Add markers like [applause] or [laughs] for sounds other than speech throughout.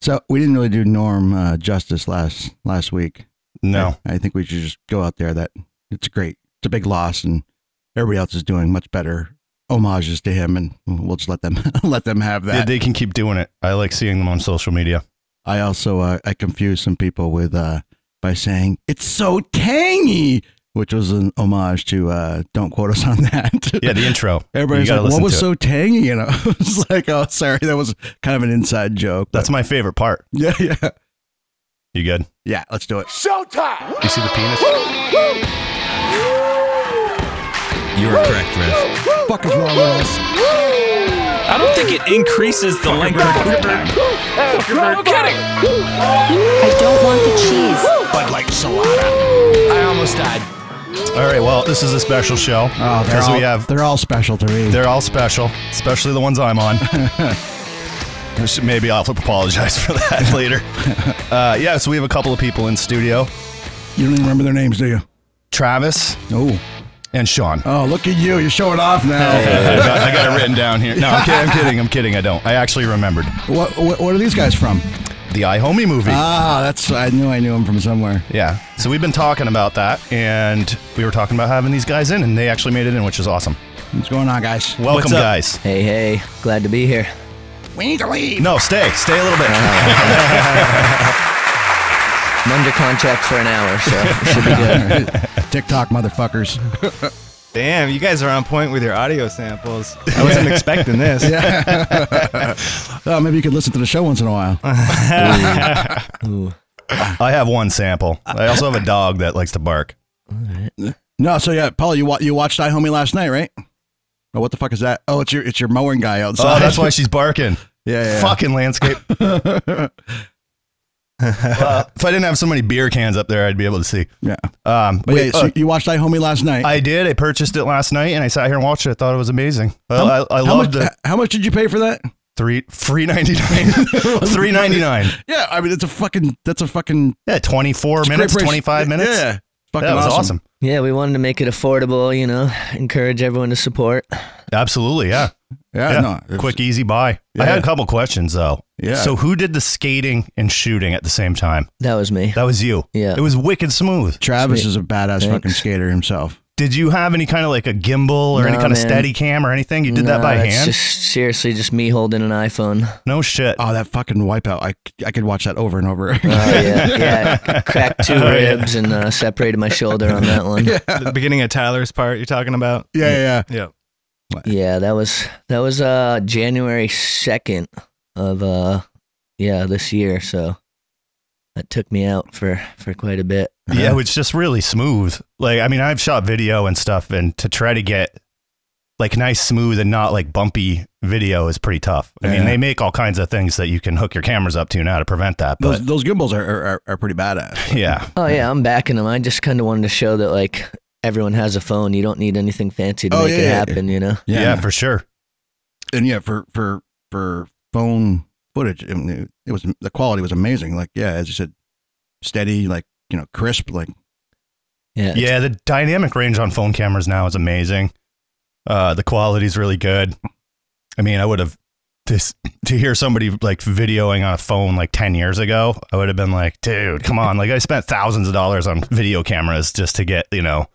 So we didn't really do Norm uh, justice last last week. No. I, I think we should just go out there. That it's great. It's a big loss, and everybody else is doing much better homages to him, and we'll just let them [laughs] let them have that. Yeah, they can keep doing it. I like seeing them on social media. I also uh, I confused some people with uh, by saying it's so tangy, which was an homage to uh, don't quote us on that. [laughs] Yeah, [laughs] the intro. Everybody's You gotta like, "What listen was to it. so tangy?" And I [laughs] was like, "Oh, sorry, that was kind of an inside joke." but- That's my favorite part. [laughs] yeah, yeah, You good? yeah. Let's do it. Showtime! You see the penis? You are correct, Rev. Fuck is wrong with us? I don't think it increases the length of the time. No kidding. I don't want the cheese. But like Solana. I almost died. All right. Well, this is a special show Oh, they're because all, we have they're all special to me. they're all special, especially the ones I'm on. [laughs] Which Maybe I'll apologize for that [laughs] later. Uh, yeah, so we have a couple of people in studio: You don't even remember their names, do you? Travis Oh, and Sean. oh, look at you! You're showing off now. I got, I got it written down here. No, I'm kidding. I'm kidding. I'm kidding. I don't. I actually remembered What, what what are these guys from? the iHomie movie. Ah, that's I knew I knew him from somewhere. Yeah. So we've been talking about that, and we were talking about having these guys in, and they actually made it in, which is awesome. What's going on, guys? Welcome, What's up? guys. Hey, hey, glad to be here. We need to [laughs] leave. No, stay. Stay a little bit. Uh-huh. I'm under contract for an hour, so it [laughs] should be good. [laughs] TikTok motherfuckers. Damn, you guys are on point with your audio samples. I [laughs] wasn't expecting this. Oh, maybe you could listen to the show once in a while. I have one sample. I also have a dog that likes to bark. No, so yeah, Paul, you wa- you watched iHomie last night, right? Oh, what the fuck is that? Oh, it's your it's your mowing guy outside. Oh, that's why she's barking. [laughs] Yeah, yeah, yeah. [laughs] Fucking landscape. Uh, if I didn't have so many beer cans up there, I'd be able to see. Yeah. Um, But wait, yeah, so uh, you watched iHomie last night. I did. I purchased it last night, and I sat here and watched it. I thought it was amazing. Well, I, I how much, loved the h- how much did you pay for that? three three [laughs] ninety nine. three ninety nine. Yeah, I mean it's a fucking that's a fucking Yeah, twenty four it's a minutes, great price. twenty five minutes. Yeah, fucking that was awesome. Yeah, we wanted to make it affordable, you know, encourage everyone to support. Absolutely, yeah. Yeah, Yeah. no, it's- Quick, easy buy. I had a couple questions though. Yeah. So who did the skating and shooting at the same time? That was me. That was you. Yeah. It was wicked smooth. Travis is a badass fucking Thanks. skater himself. Did you have any kind of like a gimbal or any No, kind of man. steady cam or anything? You did that No, by that's hand? Just seriously, just me holding [laughs] an iPhone. Uh, no shit. Oh, that fucking wipeout! I c- I could watch that over and over. [laughs] Oh yeah, yeah. Cracked two Oh, yeah. ribs and uh, separated my shoulder on [laughs] that one. Yeah. The beginning of Tyler's part you're talking about? Yeah, yeah. Yeah. that was that was uh January second of uh yeah this year. So that took me out for for quite a bit. yeah, it was just really smooth. Like, I mean, I've shot video and stuff, and to try to get like nice, smooth, and not like bumpy video is pretty tough. I mean, Yeah. they make all kinds of things that you can hook your cameras up to now to prevent that. But Those those gimbals are are, are, are pretty badass. yeah, Oh yeah, I'm backing them. I just kind of wanted to show that like everyone has a phone. You don't need anything fancy to Oh, make yeah, it yeah, happen. You know. yeah, for sure. and yeah, for for for phone footage, I mean, it, it was the quality was amazing. Like yeah, as you said, steady, like you know, crisp. Like Yeah. Yeah, the dynamic range on phone cameras now is amazing. Uh, the quality's really good. I mean, I would have this to hear somebody like videoing on a phone like 10 years ago, I would have been like, dude, come on. Like, I spent thousands of dollars on video cameras just to get, you know,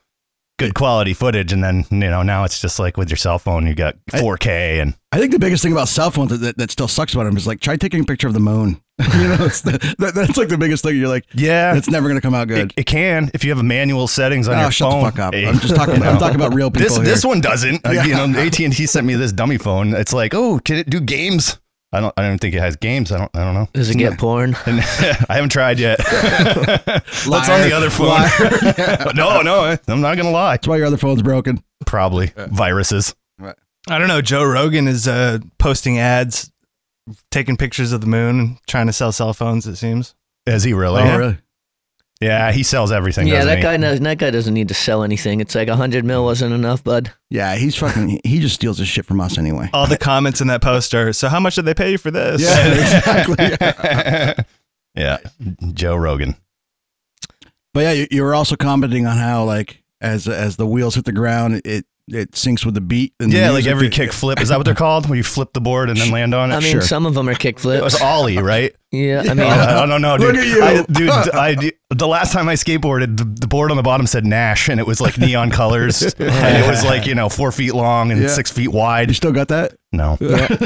good quality footage. And then, you know, now it's just like with your cell phone, you got 4K and I think the biggest thing about cell phones that, that, that still sucks about them is like try taking a picture of the moon. [laughs] you know, it's the, that, that's like the biggest thing. You're like, yeah, it's never gonna come out it, good. it can if you have manual settings on Oh, your shut the phone. fuck up! Eh, I'm just [laughs] talking. you I'm know. talking about real people this here. this one doesn't. Like, [laughs] you know, AT and T sent me this dummy phone. It's like, oh, can it do games? I don't. I don't think it has games. I don't. I don't know. [laughs] Does it get porn? And [laughs] I haven't tried yet. [laughs] That's on the Liar. other phone. Liar. But [laughs] no, no, I- I'm not gonna lie. That's why your other phone's broken. Probably viruses. I don't know. Joe Rogan is uh, posting ads, taking pictures of the moon, trying to sell cell phones, it seems. Is he really? Oh, really? Yeah, he sells everything. yeah, doesn't that he? guy knows, that guy doesn't need to sell anything. It's like a hundred mil wasn't enough, bud. Yeah, he's fucking. he- He just steals his shit from us [laughs] anyway. All the comments in that post are, so how much did they pay you for this? Yeah, exactly. [laughs] yeah, Joe Rogan. But yeah, you, you were also commenting on how like as as the wheels hit the ground, it it syncs with the beat. And the yeah, like music. every It- kick flip. Is that what they're called? Where you flip the board [laughs] and then land on it? I mean, some of them are kick It [laughs] was flips. Ollie, right? Yeah, I [laughs] mean, I don't know, Oh, dude. Look at you. I, dude, I, the last time I skateboarded, the, the board on the bottom said Nash, and it was like [laughs] neon colors, and it was like you know four feet long and Yeah. six feet wide. You still got that? No,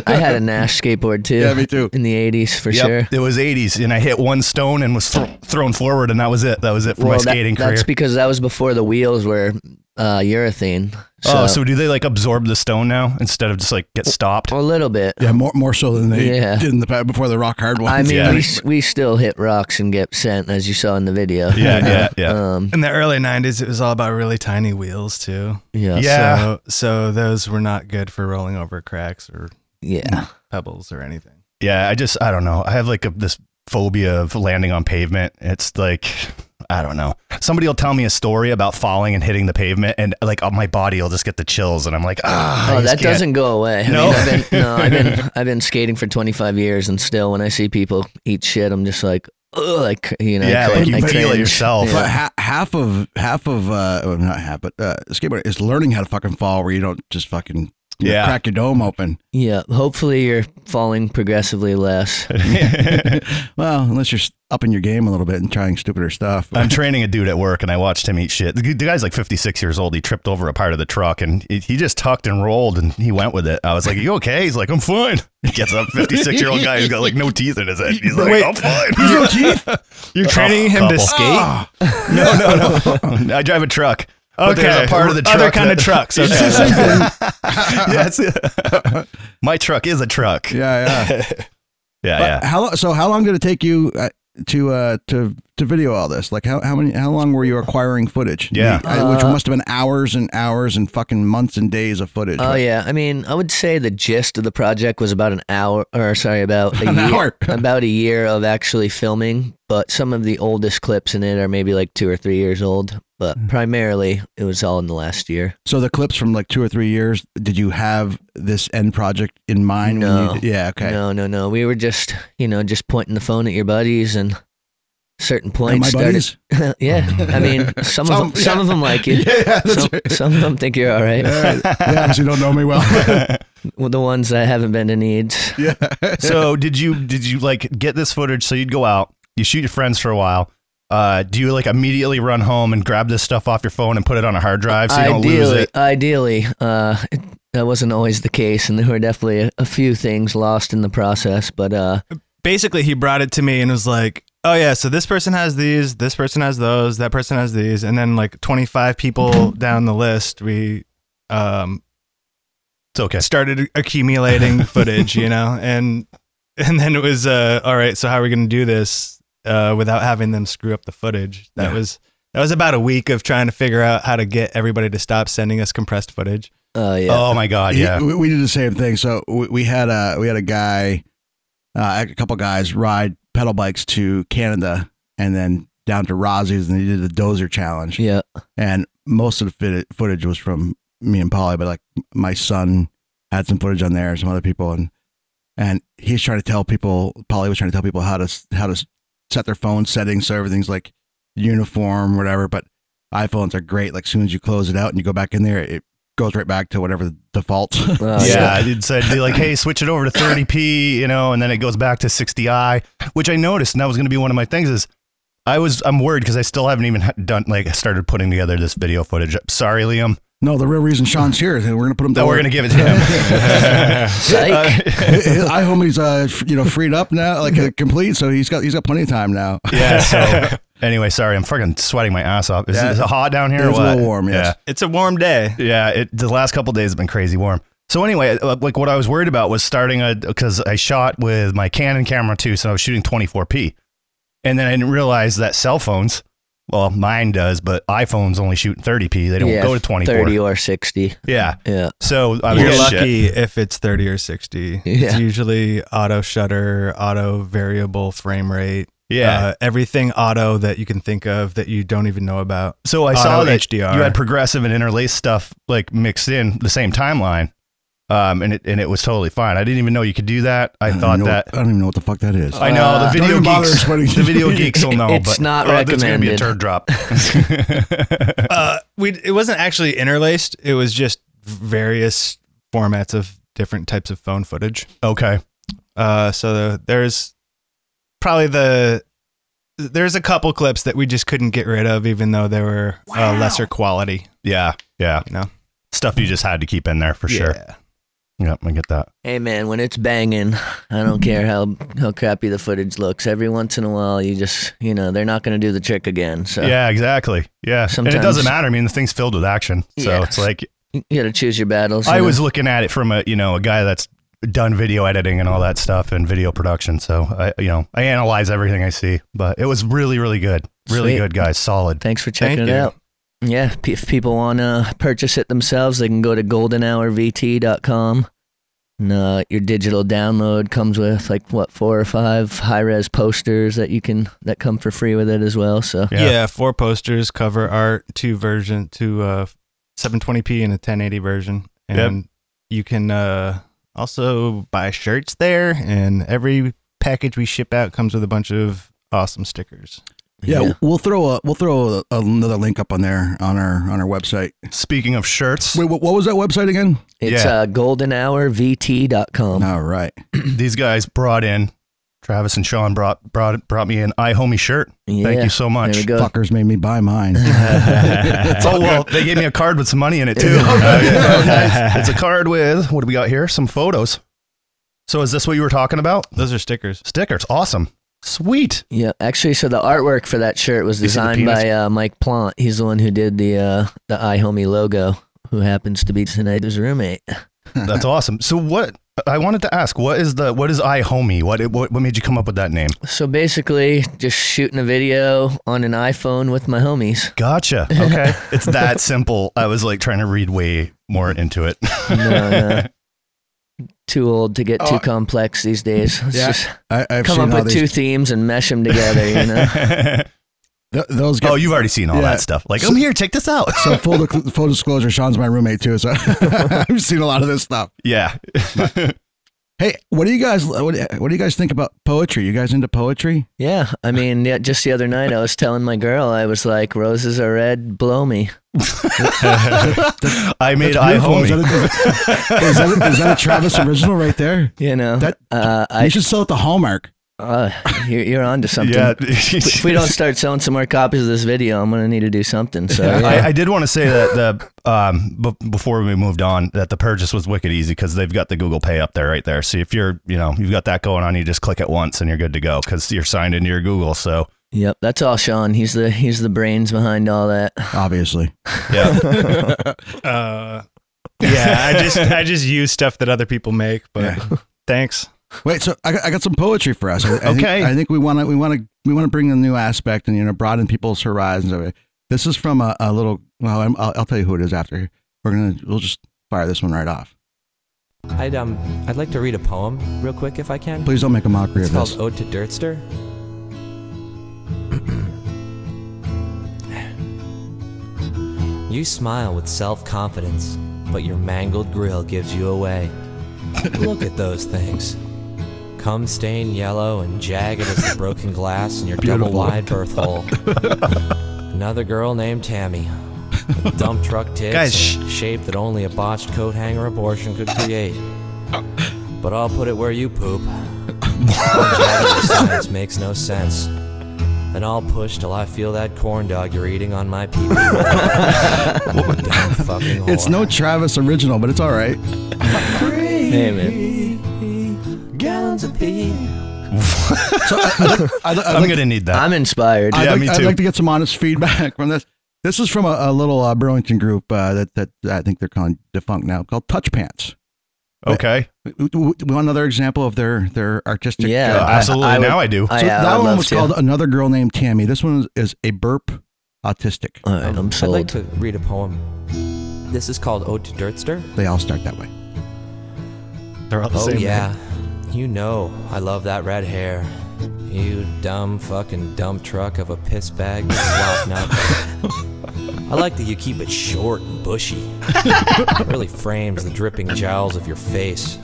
I had a Nash skateboard too. Yeah, me too. In the '80s, for Yep, sure. it was '80s, and I hit one stone and was thro- thrown forward, and that was it. That was it for my that- skating That's career. because that was before the wheels were uh, urethane. So, oh, so do they like absorb the stone now instead of just like get stopped? a little bit. Yeah, more more so than they Yeah. did in the past before the rock hard ones. I mean, Yeah. we, s- we still hit rocks and get sent, as you saw in the video. Yeah, yeah, yeah. Um, In the early '90s, it was all about really tiny wheels too. yeah, Yeah. So, so those were not good for rolling over cracks or yeah. pebbles or anything. Yeah, I just I don't know. I have like a, this phobia of landing on pavement. It's like I don't know. Somebody will tell me a story about falling and hitting the pavement, and like oh, my body will just get the chills, and I'm like, ah, I Oh, just that can't." [laughs] doesn't go away. I No? mean, I've [laughs] been, no, I've been I've been skating for 25 years, and still, when I see people eat shit, I'm just like, ugh, like you know, I Yeah, cr- like you I feel it cringe. yourself. But ha- half of half of uh well, not half, but uh, skateboarding is learning how to fucking fall where you don't just fucking you know, Yeah. crack your dome open. Yeah, hopefully you're falling progressively [laughs] less. [laughs] well, unless you're s- upping your game a little bit and trying stupider stuff. [laughs] [laughs] I'm training a dude at work, and I watched him eat shit. The, gu- the guy's like 56 years old. He tripped over a part of the truck, and he, he just tucked and rolled, and he went with it. I was like, "You okay?" He's like, "I'm fine." He gets up, 56 year old guy who's got like no teeth in his head. He's like, Wait. "I'm fine." [laughs] You're training him to Couple. [laughs] skate. No, no, no. I drive a truck. But there's a part of the truck other kind [laughs] of trucks. Okay. yes. [laughs] My truck is a truck. Yeah, yeah, yeah. [laughs] yeah. But How lo- so? How long did it take you uh, to uh, to to video all this? Like how, how many how long were you acquiring footage? Yeah. The- uh, which must have been hours and hours and fucking months and days of footage. Oh yeah, I mean, I would say the gist of the project was about an hour, or sorry, [laughs] about a An year, hour. about a year of actually filming. But some of the oldest clips in it are maybe like two or three years old. Hmm. But primarily, it was all in the last year. So the clips from like two or three years. Did you have this end project in mind? when No. you did- yeah. Okay. No, no, no. We were just, you know, just pointing the phone at your buddies and certain And points my started. [laughs] buddies. yeah. I mean, some, of Some- them, some of them like you. Yeah, that's some, right. some of them think you're all right. They obviously don't know me [laughs] well. Well, the ones that haven't been to needs. yeah. so did you did you like get this footage? So you'd go out, you shoot your friends for a while. Uh, do you like immediately run home and grab this stuff off your phone and put it on a hard drive so you don't lose ideally, it? ideally, uh, it, that wasn't always the case, and there were definitely a, a few things lost in the process. But uh, Basically, he brought it to me and was like, "Oh yeah, so this person has these, this person has those, that person has these," and then like 25 people down the list, we um, It's okay. started accumulating footage, you know, and and then it was uh, all right. So how are we going to do this uh, without having them screw up the footage? That Yeah. was that was about a week of trying to figure out how to get everybody to stop sending us compressed footage. uh, yeah, Oh my god, He- yeah. we, we did the same thing. So we, we had a we had a guy, uh, a couple guys ride pedal bikes to Canada and then down to Rosie's, and they did the Dozer challenge. yeah, And most of the fit- footage was from me and Polly, but like my son had some footage on there and some other people, and and he's trying to tell people, Polly was trying to tell people how to s- how to s- set their phone settings so everything's like uniform, whatever. But iPhones are great. Like as soon as you close it out and you go back in there, it goes right back to whatever the default. Oh, Uh, yeah, it said be like, hey, switch it over to 30p, you know, and then it goes back to 60i, which I noticed, and that was going to be one of my things. Is I was I'm worried because I still haven't even done like started putting together this video footage. Sorry, Liam, No, the real reason Sean's here is that we're gonna put him. that we're going to give it to Psych. him. Uh, I homie's uh f- you know freed up now like uh, complete so he's got he's got plenty of time now. yeah. So [laughs] anyway, sorry, I'm fucking sweating my ass off. Is, Yeah. is it hot down here? It or was a what? little warm, yes. It's a warm day. Yeah, yeah. It, the last couple days have been crazy warm. So anyway, uh, like what I was worried about was starting a because I shot with my Canon camera too, so I was shooting 24p, and then I didn't realize that cell phones, well, mine does, but iPhones only shoot 30p. They don't yeah, go to 24. thirty or sixty. Yeah. Yeah, So I was You're like, shit. lucky if it's 30 or 60. Yeah. It's usually auto shutter, auto variable frame rate. Yeah. uh, everything auto that you can think of that you don't even know about. So I Auto saw that HDR. you had progressive and interlaced stuff like mixed in the same timeline, um, and it and it was totally fine. I didn't even know you could do that. I, I Uh, don't thought even know that. what- I don't even know what the fuck that is. I know the don't video even bother geeks. explaining- The video geeks will [laughs] know. It's but, not oh, There's gonna be a recommended. turd drop. Uh, we it wasn't actually interlaced. It was just various formats of different types of phone footage. [laughs] Okay. Uh, so the, there's probably the there's a couple clips that we just couldn't get rid of, even though they were uh, lesser quality. Yeah. Yeah. You know, Stuff you just had to keep in there for sure. Yeah. Yep. I get that. Hey man, when it's banging, I don't care how how crappy the footage looks. Every once in a while, you just you know they're not going to do the trick again. So yeah. Exactly. Yeah. and Sometimes- it doesn't matter. I mean, the thing's filled with action. So Yeah. it's like, you got to choose your battles. I you know? was looking at it from a, you know, a guy that's done video editing and all that stuff and video production. So I, you know, I analyze everything I see, but it was really, really good. Really Sweet. good, guys. Solid. Thanks for checking Thank it you. out. Yeah, p- if people want to purchase it themselves, they can go to goldenhourvt.com. And uh, your digital download comes with like what four or five high res posters that you can that come for free with it as well. So Yeah. Yeah. four posters, cover art, two version, two uh, 720p and a 1080 version, and you can uh, also buy shirts there. And every package we ship out comes with a bunch of awesome stickers. Yeah, we'll throw a we'll throw a, another link up on there on our on our website. Speaking of shirts, Wait, what, what was that website again? it's Yeah. uh, goldenhourvt.com. All right, these guys brought in Travis and Sean brought brought brought me an iHomie shirt. Thank Yeah, you so much. There we go. fuckers made me buy [laughs] mine. oh well, they gave me a card with some money in it [laughs] too. Oh, [laughs] Oh, It's a card with what do we got here? Some photos. So is this what you were talking about? Those are stickers. Stickers, awesome, sweet. Yeah, actually, so the artwork for that shirt was You see the designed penis? by uh, Mike Plant. He's the one who did the uh, the iHomie logo, who happens to be tonight's roommate. [laughs] That's awesome. So what? I wanted to ask, what is the what is iHomie? What what what made you come up with that name? So basically, just shooting a video on an iPhone with my homies. [laughs] Gotcha. Okay, it's [laughs] that simple. I was like trying to read way more into it. [laughs] No, no. Too old to get too complex these days. [laughs] Let's Oh. Yeah, just I, I've come seen up all with these, two themes and mesh them together, [laughs] you know? th- those. Get, [laughs] oh, you've already seen all Yeah. that stuff. Like, I'm here. Check this [laughs] out. so full, dic- full disclosure, Sean's my roommate too, so [laughs] I've seen a lot of this stuff. yeah. Hey, what do you guys what, do- what do you guys think about poetry? You guys into poetry? yeah, I mean, yeah, just the other night I was telling my girl, I was like, roses are red, blow me. I made That's beautiful. Is iHomie. that, a, is, that a, is that a Travis original right there? You know? That- uh, you I, should sell it to Hallmark. uh, you're, you're onto something. Yeah. [laughs] If we don't start selling some more copies of this video, I'm going to need to do something. So, yeah. [laughs] I, I did want to say that the um b- before we moved on that the purchase was wicked easy because they've got the Google Pay up there right there. So if you're you know you've got that going on, you just click it once and you're good to go because you're signed into your Google. So yep, that's all Sean. He's the he's the brains behind all that. Obviously, yeah, Uh, [laughs] yeah, I just I just use stuff that other people make, but [laughs] thanks. Wait, so I got, I got some poetry for us. I, I think- Okay. I think we want to we want to we want to bring a new aspect and you know broaden people's horizons. of it. This is from a, a little. Well, I'm, I'll, I'll tell you who it is after. We're gonna we'll just fire this one right off. I'd um I'd like to read a poem real quick if I can. Please don't make a mockery It's of called this. Ode to Dirtster. you smile with self-confidence, but your mangled grill gives you away. Look at those things. Come stained yellow and jagged as the broken glass in your double wide berth hole. Another girl named Tammy. With dump truck tits Guys, sh- and a shape that only a botched coat hanger abortion could create. But I'll put it where you poop. Science makes no sense. And I'll push till I feel that corn dog you're eating on my [laughs] pee Damn fucking whore. It's no Travis original, but it's all right. Hey, man. gallons of pee. I'd, I'd I'm like, gonna need that. I'm inspired. I'd yeah, like- me I'd too. like to get some honest feedback from this. This is from a, a little uh, Burlington group uh, that that I think they're calling defunct now, called Touch Pants. [laughs] okay, We, we, we want another example of their their artistic. Yeah, uh, Uh, absolutely. I- I would- now I do. I, So yeah, I that would one love was to. called Another Girl Named Tammy. This one is, is a burp autistic. All right, I'm I'd sold. like to read a poem. This is called Ode to Dirtster. They all start that way. They're all the Oh same. yeah, you know I love that red hair. You dumb fucking dump truck of a piss bag. [laughs] with slop nut. I like that you keep it short and bushy. It really frames the dripping jowls of your face.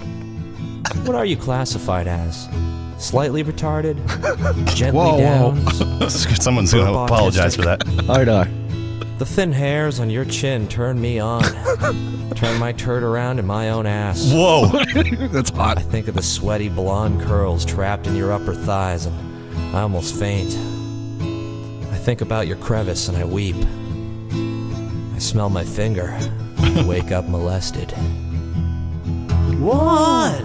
What are you classified as? Slightly retarded, gently Oh, Whoa, whoa. [laughs] down, Someone's gonna apologize for that. Ardar. The thin hairs on your chin turn me on. turn my turd around in my own ass. Whoa. That's hot. I think of the sweaty blonde curls trapped in your upper thighs, and I almost faint. I think about your crevice and I weep. I smell my finger. I wake up molested. One!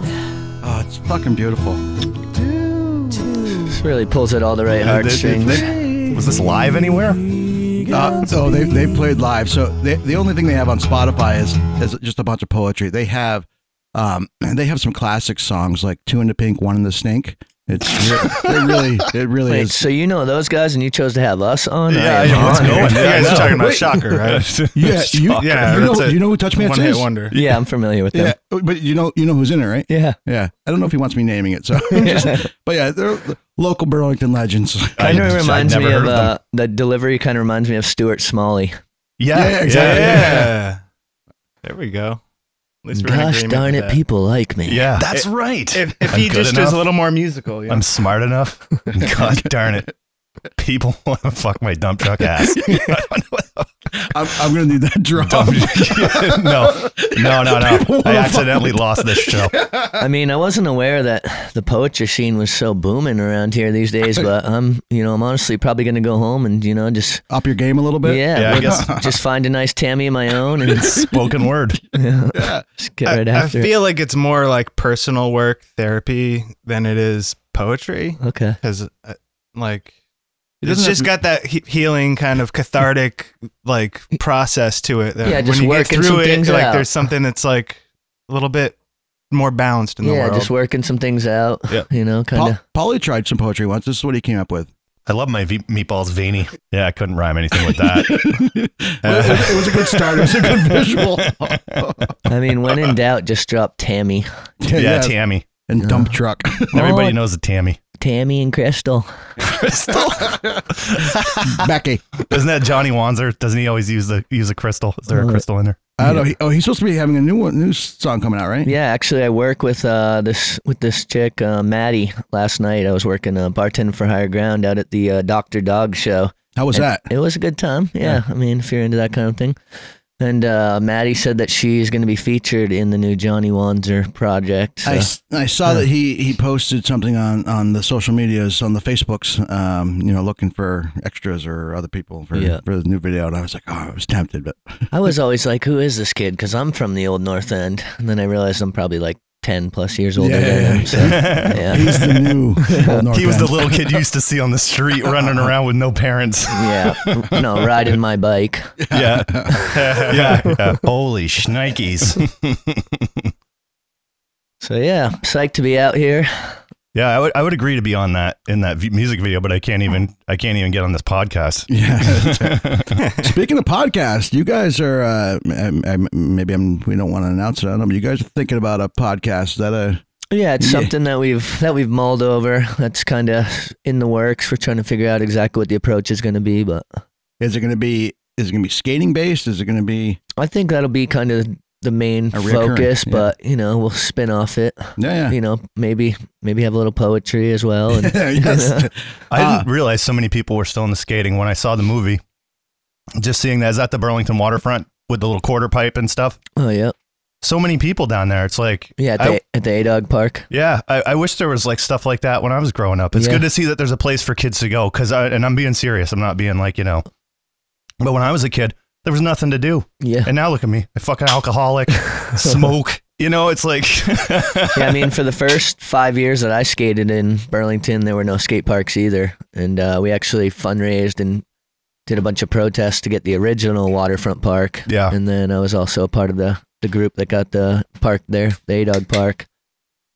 Oh, it's fucking beautiful. This really pulls at all the right heartstrings. was this live anywhere? Uh, so they they played live. So they, the only thing they have on Spotify is is just a bunch of poetry. They have um [clears throat] they have some classic songs like Two in the Pink, One in the Stink. It's re- it really it really Wait, is. so you know those guys and you chose to have us on? Yeah, I am yeah, what's honored. going? Yeah, Yeah, I I know. talking about Wait. Shocker, [laughs] right? Yeah, you, Shocker. yeah, you know that's it. you know who Touch Me One is? hit wonder. Yeah, I'm familiar with them. [laughs] Yeah, but you know you know who's in it, right? Yeah. Yeah, I don't know if he wants me naming it. [laughs] So, [laughs] but yeah, they're local Burlington legends. [laughs] Kind I'd of reminds never me heard of, of them. uh, the delivery. Kind of reminds me of Stuart Smalley. Yeah, Yeah, Yeah. exactly. There we go. At least we're in Gosh agreement darn with it, that. people like me. Yeah. That's right. If, if I'm he good just enough. is a little more musical, yeah. I'm smart enough. God darn it. People [laughs] want to fuck my dump truck ass. [laughs] I'm, I'm gonna need that [laughs] drum. Dump- no, no, no, no. I accidentally lost this show. I mean, I wasn't aware that the poetry scene was so booming around here these days. But I'm, you know, I'm honestly probably gonna go home and you know just Up your game a little bit. yeah, yeah, I look- guess- just find a nice Tammy of my own [laughs] and Spoken word. just get right I, I after. it. feel like it's more like personal work therapy than it is poetry okay. because, uh, like, It it's doesn't just got that he- healing kind of cathartic like process to it. That Yeah, just when you get working through some it, things like out. there's something that's like a little bit more balanced in the Yeah, world. just working some things out. Yeah. You know, kind Paul, of. Polly tried some poetry once. This is what he came up with. I love my ve- meatballs veiny. Yeah, I couldn't rhyme anything with that. it, it was a good start. It was a [laughs] good visual. I mean, when [laughs] in doubt, just drop Tammy, Yeah, yeah. Tammy. and dump [laughs] truck. Everybody Oh. knows a Tammy. Tammy and Crystal. Crystal. Becky. Isn't that Johnny Wanzer? Doesn't he always use the use a crystal? Is there a crystal in there? I don't know. He, oh, he's supposed to be having a new one, new song coming out, right? Yeah, actually, I work with uh, this with this chick, uh, Maddie. Last night, I was working uh, bartending for Higher Ground out at the uh, Doctor Dog show. How was And that? It was a good time. Yeah, I mean, if you're into that kind of thing. And uh, Maddie said that she's going to be featured in the new Johnny Wanzer project. so- I, s- I saw that he, he posted something on, on the social medias on the Facebooks, um, you know, looking for extras or other people for Yeah. for the new video, and I was like, oh, I was tempted, [laughs] but I was always like, "Who is this kid?" Because I'm from the old North End, and then I realized I'm probably like ten plus years older Yeah, than yeah, him. [laughs] So, yeah. he's the [laughs] new. Old North he was the End. little kid you used to see on the street running around with no parents. yeah, no, riding my bike. yeah. [laughs] yeah. yeah. Holy shnikes. So yeah, psyched to be out here. Yeah, I would I would agree to be on that in that v- music video, but I can't even I can't even get on this podcast. [laughs] Yeah. Speaking of podcast, you guys are uh, m- m- maybe I'm, we don't want to announce it. I don't know, but you guys are thinking about a podcast. Is that a Yeah, it's Yeah. something that we've that we've mulled over. That's kind of in the works. We're trying to figure out exactly what the approach is going to be, but is it going to be is it going to be skating based? Is it going to be I think that'll be kind of the main A recurrent, focus. yeah. But you know, we'll spin [laughs] off it. yeah yeah You know, maybe maybe have a little poetry as well. [laughs] And, yes I Ah. didn't realize so many people were still in the skating when I saw the movie. Just seeing that is at the Burlington waterfront with the little quarter pipe and stuff. oh yeah, So many people down there. It's like yeah, at I- the, at the A Dog Park. Yeah, I, I wish there was like stuff like that when I was growing up. It's Yeah. good to see that there's a place for kids to go because I, and I'm being serious. I'm not being like, you know, but when I was a kid, there was nothing to do. Yeah, And now look at me, a fucking [laughs] alcoholic, smoke. You know, it's like, yeah, I mean, for the first five years that I skated in Burlington, there were no skate parks either, and uh, we actually fundraised and did a bunch of protests to get the original waterfront park. Yeah. and then I was also a part of the the group that got the park there, the A Dog Park,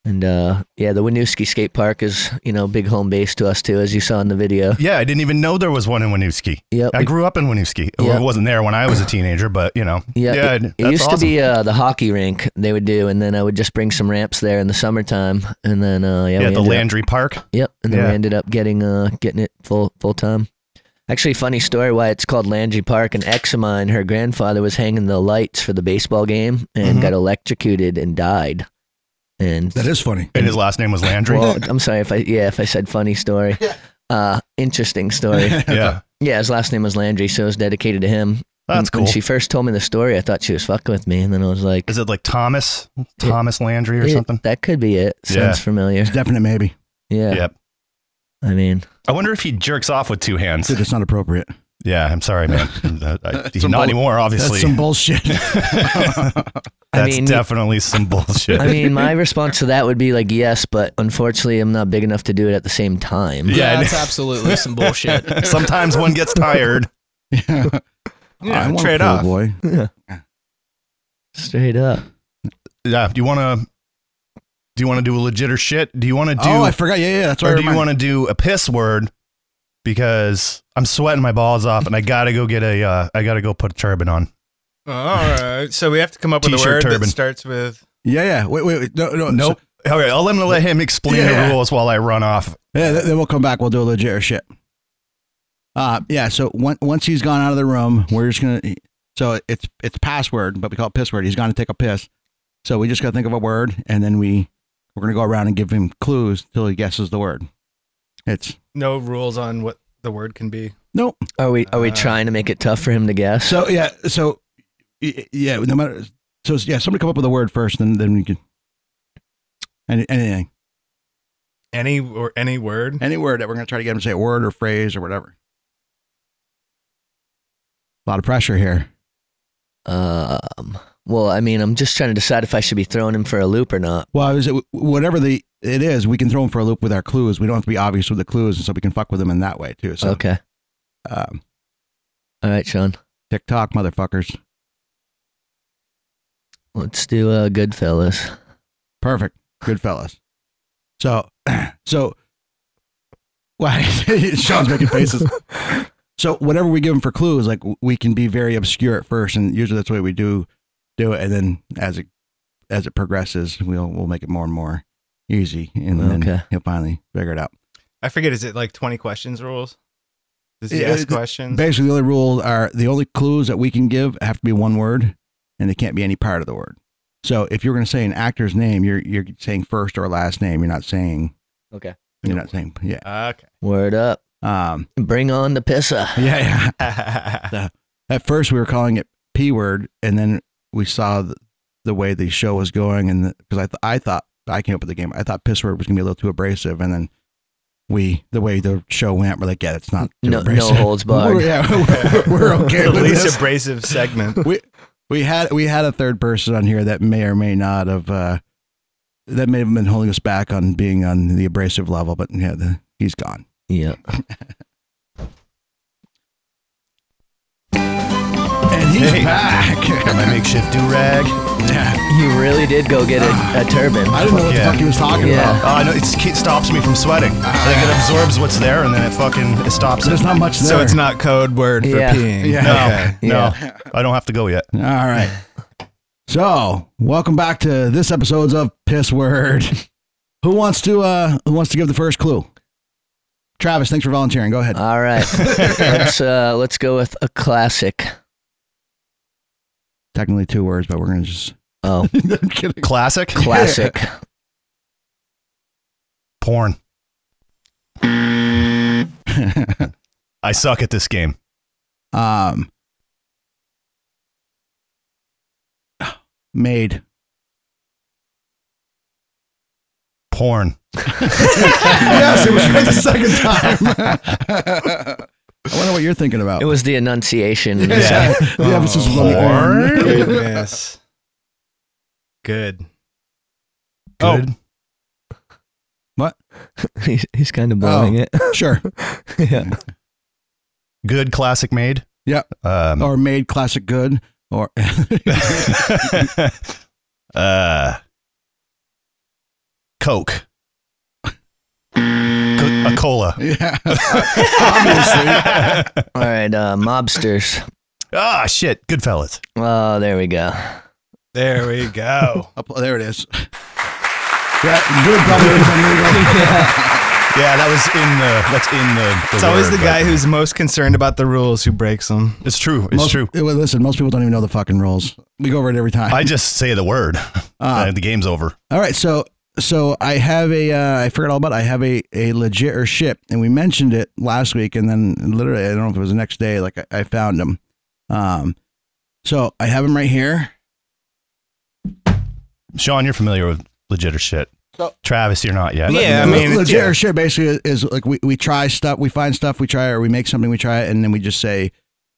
and uh, yeah, the Winooski Skate Park is you know big home base to us too, as you saw in the video. yeah, I didn't even know there was one in Winooski. Yep, I grew up in Winooski. Yeah. Well, it wasn't there when I was a teenager, but you know, Yeah, yeah, it, that's it used to awesome. be uh, the hockey rink they would do, and then I would just bring some ramps there in the summertime, and then uh, yeah, yeah, we the ended up- Landry Park. Yep, and then Yeah. we ended up getting uh getting it full full time. Actually, funny story why it's called Landry Park. An ex of mine, her grandfather was hanging the lights for the baseball game and Mhm. got electrocuted and died. And that is funny And his last name was [laughs] Landry. well, I'm sorry if I yeah if I said funny story. Uh, interesting story. yeah. [laughs] yeah, his last name was Landry, so it was dedicated to him. That's when, cool. When she first told me the story, I thought she was fucking with me, and then I was like, Is it like Thomas Thomas Landry or "Eh, something? That could be it. Sounds Yeah. familiar. Definite maybe. Yeah. Yep. I mean, I wonder if he jerks off with two [laughs] hands. Dude, that's not appropriate. Yeah, I'm sorry, man. Uh, I- I- he's Some not bull- anymore, obviously. That's some [laughs] bullshit. I That's mean, definitely [laughs] some bullshit. I mean, my response to that would be like, yes, but unfortunately, I'm not big enough to do it at the same time. Yeah, I Yeah, know. that's absolutely some bullshit. [laughs] Sometimes one [laughs] gets tired. yeah, Yeah, I want trade a pool off. boy. Straight up. Yeah. Do you want to? Do you want to do a legit or shit? Do you want to do? oh, I forgot. Yeah, yeah. That's why. or do you want to do a piss word? Because I'm sweating my balls off, and I gotta go get a. Uh, I gotta go put a turban on. All right. So we have to come up with a T-shirt word turban. that starts with. Yeah, yeah. Wait, wait, wait. No, no, Nope. All right, I'll let him let him explain Yeah. the rules while I run off. Yeah, th- then we'll come back. We'll do a legit or shit. Uh, yeah. So on- once he's gone out of the room, we're just gonna. So it's it's password, but we call it piss word. He's gone to take a piss. So we just gotta think of a word, and then we we're gonna go around and give him clues till he guesses the word. It's No rules on what the word can be. nope. Are we are we Uh, trying to make it tough for him to guess? So yeah. So y- yeah. No matter. So yeah. Somebody come up with a word first, then then we can. Any, anything, Any or any word. any word that we're gonna try to get him to say a word or phrase or whatever. A lot of pressure here. Um. Well, I mean, I'm just trying to decide if I should be throwing him for a loop or not. Well, I was, whatever the it is, we can throw them for a loop with our clues. We don't have to be obvious with the clues, and so we can fuck with them in that way too. So, Okay. um, All right, Sean. TikTok motherfuckers, Let's do uh, Goodfellas. perfect, good fellas. So, [clears throat] so, why [laughs] Sean's making faces. So, whatever we give them for clues, like we can be very obscure at first, and usually that's the way we do do it. And then as it as it progresses, we'll we'll make it more and more easy, and then Okay. he'll finally figure it out. I forget. Is it like twenty questions rules? Does he Yeah, ask it- questions? Basically, the only rules are the only clues that we can give have to be one word, and they can't be any part of the word. So if you're going to say an actor's name, you're you're saying first or last name. You're not saying Okay. you're not saying yeah okay. Word up. um Bring on the pissa. yeah yeah. yeah, At first, we were calling it p word, and then we saw the, the way the show was going, and because I th- I thought I came up with the game, I thought piss word was going to be a little too abrasive, and then. We the way the show went, we're like, yeah, it's not too No- no abrasive. [laughs] holds barred. We're, yeah, we're, we're okay. [laughs] the with [laughs] least this. abrasive segment. we we had we had a third person on here that may or may not have uh, that may have been holding us back on being on the abrasive level, but yeah, the, he's gone. Yeah. And he's Hey. My back. makeshift do rag. Yeah. You really did go get a, a turban. I didn't know what Yeah. the fuck he was talking Yeah. about. Oh, I know it's, it stops me from sweating. I think it absorbs what's there, and then it fucking it stops it. There's not much there. So it's not code word for Yeah. peeing. Yeah. No, Okay. no, I don't have to go yet. All right. So, welcome back to this episode's of Piss Word. Who wants to uh who wants to give the first clue? Travis, thanks for volunteering. Go ahead. All [laughs] right. let's uh, let's go with a classic. Technically two words, but we're going to just [laughs] [laughs] Oh, I'm kidding. Classic, classic. porn. [laughs] I suck at this game. um made Porn. yes, it was right the second time. [laughs] I wonder what you're thinking about. It was the enunciation. Yeah. [laughs] [laughs] the emphasis was on the Porn? horn. Goodness. Good. Oh. Good. he's, he's kind of blowing it. Oh, [laughs] Sure. yeah. Good classic made. Yep. Uh-huh. Um, Or made classic good. Or [laughs] Oh, uh, Coke. Co- a cola. yeah. Obviously. All right. Uh, mobsters. ah, shit. Goodfellas. Oh, there we go. There we go. Up- There it is. Yeah, good brother. Good [laughs] brother. [laughs] Yeah, that was in the. That's in the. the It's always word, the but- guy who's most concerned about the rules who breaks them. It's true. It's Most- true. Yeah, well, Listen, most people don't even know the fucking rules. We go over it every time. I just say the word. Uh, and [laughs] the game's over. All right, so so I have a uh, I forgot all about it. I have a a legit or shit, and we mentioned it last week, and then literally I don't know if it was the next day. Like I, I found them. Um, so I have them right here. Sean, you're familiar with legit or shit. Travis, you're not yet. Yeah, I Le- mean, legit yeah. or shit basically is, is like we, we try stuff, we find stuff, we try, it, or we make something, we try it, and then we just say,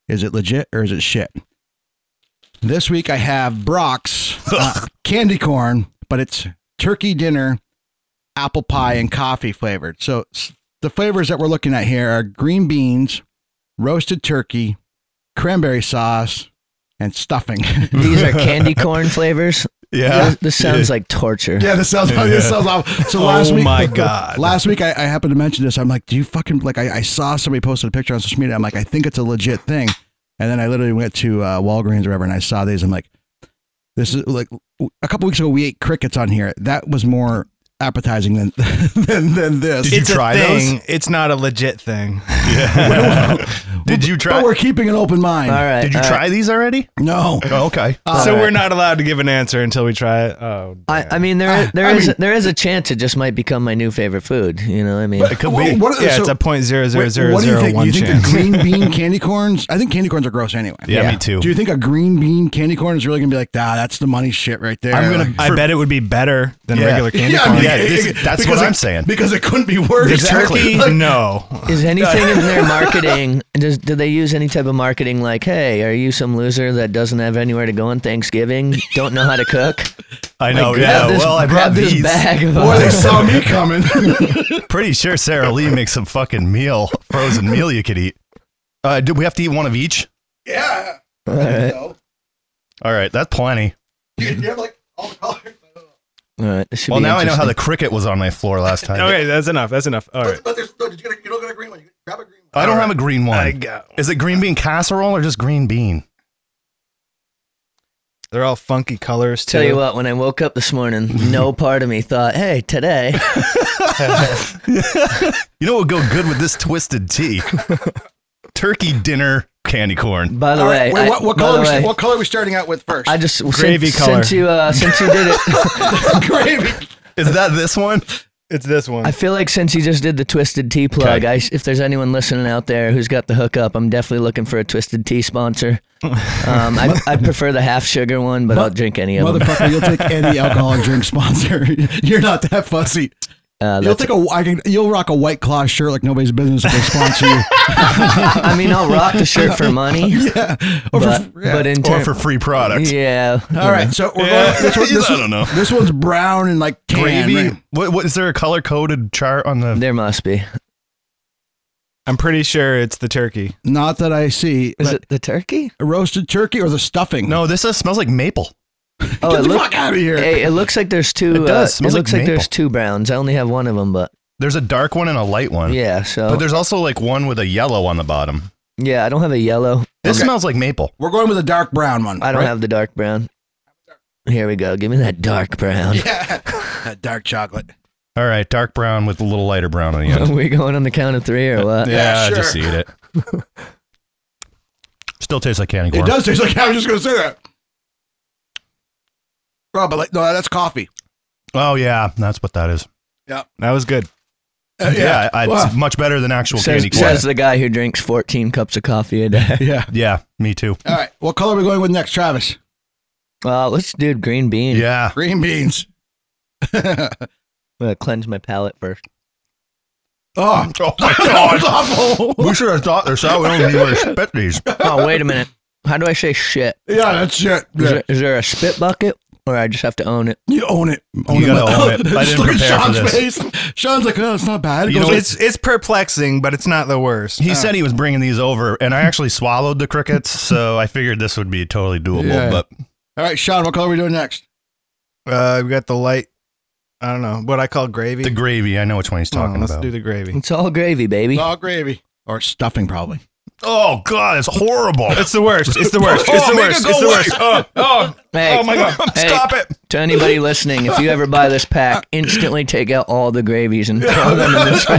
is it legit or is it shit? This week I have Brock's [laughs] uh, candy corn, but it's turkey dinner, apple pie, and coffee flavored. So s- the flavors that we're looking at here are green beans, roasted turkey, cranberry sauce, and stuffing. [laughs] These are [laughs] candy corn flavors. Yeah. This, this sounds like torture. Yeah, this sounds Yeah. this sounds awful. So Oh last week, my God. last week I, I happened to mention this. I'm like, do you fucking like? I, I saw somebody posted a picture on social media. I'm like, I think it's a legit thing. And then I literally went to uh, Walgreens or whatever, and I saw these. I'm like, this is like a couple weeks ago we ate crickets on here. That was more appetizing than [laughs] than, than this. Did you it's try a those? thing. It's not a legit thing. Did you try? But we're keeping an open mind. All right. Did you all right. try these already? No, Oh, okay. so right. we're not allowed to give an answer until we try it. Oh, I, I mean, there is, there I is mean- there is a chance it just might become my new favorite food. You know, what I mean, It could be. What are- yeah, so- it's a point zero wait, zero zero what do you zero think? one you think chance. the green [laughs] bean candy corns? I think candy corns are gross anyway. Yeah, me too. Do you think a green bean candy corn is really gonna be like, ah, that's the money shit right there? I'm gonna- Like, I for- bet it would be better than Yeah. regular candy Yeah, corn. yeah, this- that's because what it- I'm saying. Because it couldn't be worse. The Exactly. [laughs] turkey- Like, no. [laughs] is anything in their marketing? Does do they use any type of marketing like, hey, are you some loser that doesn't have anywhere to go on Thanksgiving? Don't know how to cook? [laughs] I know. Like, yeah. grab this- well, I grab brought this these. bag of boy, they [laughs] saw me coming. [laughs] Pretty sure Sarah Lee makes some fucking meal, frozen meal you could eat. Uh, do we have to eat one of each? yeah. All right. All right, that's plenty. You have like all the colors. All right. This should Well, be now I know how the interesting. cricket was on my floor last time. Okay, that's enough. That's enough. All right. But there's no, you, get a, you don't get a green one. You grab a green one. I don't have a green one. I got one. Is it green bean casserole or just green bean? They're all funky colors too. Tell you what, when I woke up this [laughs] morning, no part of me thought, hey, today. You know what would go good with this twisted [laughs] tea? Turkey dinner candy corn. By the All way, right, wait, I- what, what, by color the we, way, what color are we starting out with first? I just Gravy since, color. Since you, uh, since you [laughs] did it, gravy. Is that this one? It's this one. I feel like since you just did the twisted tea plug, Okay. I, if there's anyone listening out there who's got the hookup, I'm definitely looking for a twisted [laughs] tea sponsor. Um, I, I prefer the half sugar one, but I'll drink any of them. Motherfucker, you'll take any alcoholic drink sponsor. [laughs] You're not that fussy. Uh, You'll that's- take a, I can, you'll rock a white claw shirt like nobody's business if they sponsor [laughs] you. I mean, I'll rock the shirt [laughs] for money, yeah. Or for- but, yeah. but in Or term- for free product? yeah, All right, so we're going. This, [laughs] one, this, I one- don't know. this one's brown and like tan, Gravy? right? What, what, is there a color coded chart on the. there must be. I'm pretty sure it's the turkey. Not that I see. Is but it the turkey? roasted turkey or the stuffing? No, this uh, smells like maple. Oh, get it the look- fuck out of here. Hey, it looks like there's two. It uh, does. Smells it like looks like, there's maple. two browns. I only have one of them, but There's a dark one and a light one. yeah. So But there's also like one with a yellow on the bottom. yeah, I don't have a yellow. This Okay. smells like maple. We're going with a dark brown one. I don't right? have the dark brown. Here we go. Give me that dark brown. Yeah, that [laughs] dark chocolate. All right, dark brown with a little lighter brown on the [laughs] Are [laughs] end. we going on the count of three or what? Uh, yeah, sure. just eat it. Still tastes like candy corn. It does taste like. [laughs] I was just gonna say that. Oh, but like, no, that's coffee. Oh yeah, that's what that is. That was good. Uh, yeah, I, Wow. it's much better than actual Says, candy corn. says the guy who drinks 14 cups of coffee a day. [laughs] [laughs] yeah. Yeah, me too. All right. What color are we going with next, Travis? Uh, let's do green bean. Yeah, Green beans. I'm gonna cleanse my palate first. [laughs] oh, Oh my God. awful. [laughs] we should have thought this out. We don't even expect these. Oh, wait a minute. How do I say shit? Yeah, that's shit. Is, Yeah. there, is there a spit bucket or I just have to own it? You own it. Own You gotta own it. [laughs] I didn't Look at prepare for Sean's this. face. Sean's like, oh, it's not bad. He You goes, know, "It's- It's it's perplexing, but it's not the worst. Uh, He said he was bringing these over, and I actually swallowed the crickets, so I figured this would be totally doable. Yeah. But All right, Sean, what color are we doing next? Uh, we got the light. I don't know what I call gravy. the gravy, I know which one he's Come on, Oh, talking let's about. do the gravy. It's all gravy, baby. All gravy. Or stuffing, probably. oh God, it's [laughs] horrible. [laughs] It's the worst. It's the worst. It's the worst. It's the worst. Oh, Hey, oh my God. Hey, Stop it. To anybody listening, if you ever buy this pack, instantly take out all the gravies and [laughs] throw them in the trash.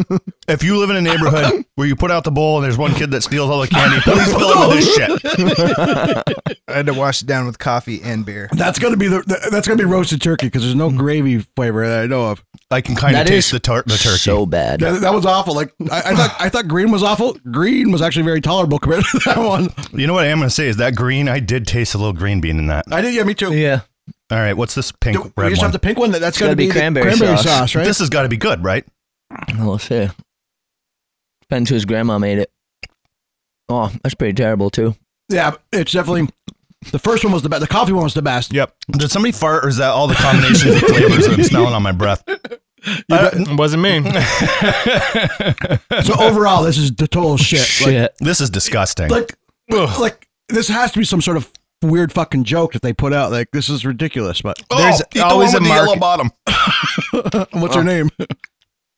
[laughs] No, [laughs] please. If you live in a neighborhood where you put out the bowl and there's one kid that steals all the candy, please fill it with this shit. I had to wash it down with coffee [laughs] and beer. That's gonna be the th- that's gonna be roasted turkey because there's no gravy flavor that I know of. I can kind of That taste is the, tar- the turkey. So bad. That, that was awful. Like I, I thought I thought green was awful. Green was actually very tolerable compared to [laughs] that one. you know what I am going to say is that green, I did taste a little green bean in that. I did. Yeah, me too. Yeah. All right, what's this pink Do- we red just one? have the pink one. That, that's gotta gonna be be, the cranberry cranberry sauce. sauce, right? This has got to be good, right? We'll see. Depends whose grandma made it. Oh, that's pretty terrible too. yeah, it's definitely the first one was the best. The coffee one was the best. Yep. Did somebody fart, or is that all the combinations of flavors that I'm smelling on my breath? Uh, It wasn't [laughs] me. So overall, this is the total shit. Like, Shit. this is disgusting. like, like this has to be some sort of weird fucking joke that they put out. Like this is ridiculous. But there's always a yellow bottom. what's her name? [laughs]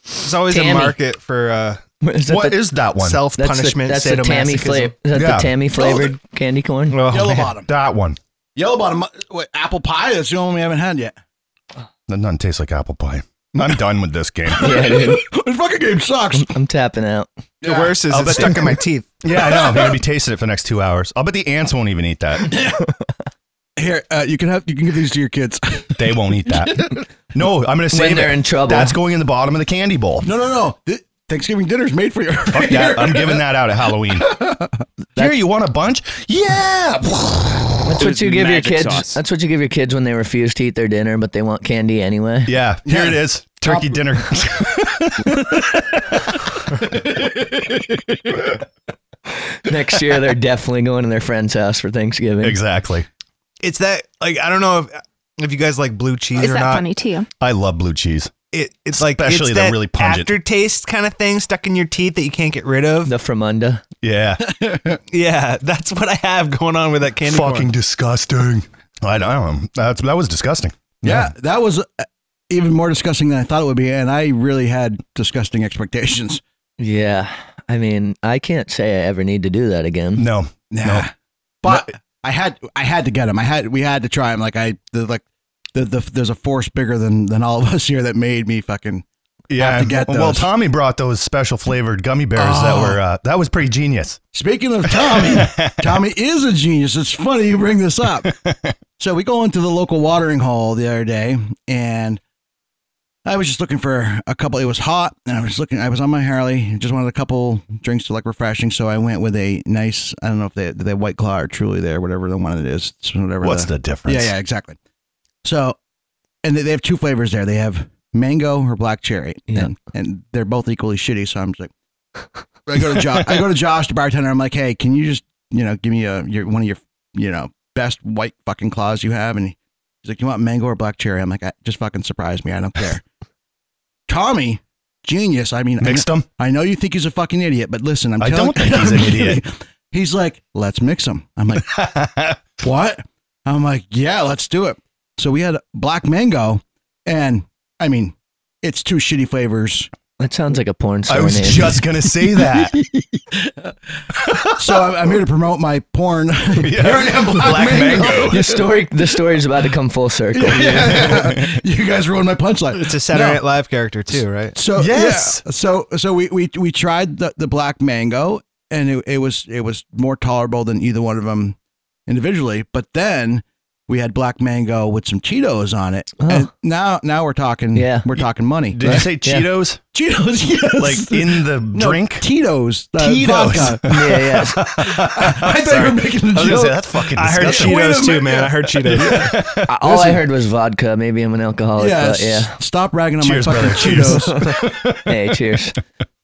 There's always Tammy. a market for uh, Is that What the, is that one? self that's punishment. The, that's the Tammy flavor. Is that Yeah. the Tammy flavored [laughs] candy corn? Oh, Yellow man, bottom. That one. Yellow bottom. What, apple pie. That's the only one we haven't had yet. [laughs] That doesn't taste like apple pie. I'm done with this game. [laughs] yeah, dude. this fucking game sucks. I'm tapping out. The worst is I'll it's bet stuck [laughs] in my teeth. yeah, I know. I'm gonna be tasting it for the next two hours. I'll bet the ants won't even eat that. Here, uh, you can have you can give these to your kids. [laughs] They won't eat that. No, I'm gonna save when they're it. in trouble. That's going in the bottom of the candy bowl. No, no, no. Th- Thanksgiving dinner's made for you. [laughs] Fuck that. I'm giving that out at [laughs] Halloween. Here, you want a bunch? Yeah. that's what There's you give your magic kids. sauce. That's what you give your kids when they refuse to eat their dinner, but they want [laughs] candy anyway. Yeah. Here it is. Turkey dinner. [laughs] Next year, they're definitely going to their friend's house for Thanksgiving. exactly. It's that like I don't know if if you guys like blue cheese Is or that not. funny [laughs] to you? I love blue cheese. It, it's like Especially it's the that really pungent- aftertaste kind of thing stuck in your teeth that you can't get rid of. The Fremunda. Yeah. Yeah, [laughs] that's what I have going on with that candy. corn. disgusting. I don't know. That's, that was disgusting. yeah, that was uh, even more disgusting than I thought it would be, and I really had disgusting expectations. Yeah. I mean, I can't say I ever need to do that again. No. Nah. No. But I had I had to get them. I had we had to try them. Like I the, like the, the there's a force bigger than than all of us here that made me fucking. Yeah. Have to get Well, those. Tommy brought those special flavored gummy bears Oh. that were uh, that was pretty genius. Speaking of [laughs] Tommy, Tommy is a genius. It's funny you bring this up. So we go into the local watering hole the other day, and I was just looking for a couple. It was hot, and I was looking. I was on my Harley, just wanted a couple drinks to like refreshing. So I went with a nice. I don't know if they they White Claw or Truly there, whatever the one it is. It's whatever. What's the difference? Yeah, yeah, exactly. So, and they they have two flavors there. They have mango or black cherry, Yeah. and, and they're both equally shitty. So I'm just like, I go to Josh. I go to Josh, the bartender. I'm like, hey, can you just you know give me a your one of your you know best white fucking claws you have? And he's like, you want mango or black cherry? I'm like, "I- just fucking surprise me. I don't care. Tommy, genius. I mean, I Mixed them. I know you think he's a fucking idiot, but listen, [laughs] I'm I telling don't think he's an idiot. He's like, let's mix them. I'm [laughs] like, what? I'm like, yeah, let's do it. So we had black mango, and I mean, it's two shitty flavors. That sounds like a porn star I was name. [laughs] just gonna say that. So [laughs] I'm, I'm here to promote my porn. [laughs] Yeah. Black mango. the story. The story's about [laughs] to come full circle. you guys ruined my punchline. It's a Saturday No. Night Live character too, right? So Yes. yeah. So so we we we tried the the black mango, and it, it was it was more tolerable than either one of them individually. But then we had black mango with some Cheetos on it, Oh. and now now we're talking. Yeah. we're talking money. Did you say Cheetos? [laughs] Cheetos? [laughs] Yes. [laughs] Like in the No, drink? Tito's. Uh, Tito's. vodka. [laughs] yeah, yeah. [laughs] I thought you were making a I was gonna joke. say that's fucking I [laughs] heard disgusting. Wait a Cheetos too, minute. man. I heard Cheetos. [laughs] All I heard was vodka. Maybe I'm an alcoholic, yeah, but yeah. s- Stop ragging on Cheers, my fucking brother. Cheers. [laughs] Cheetos. Hey, cheers.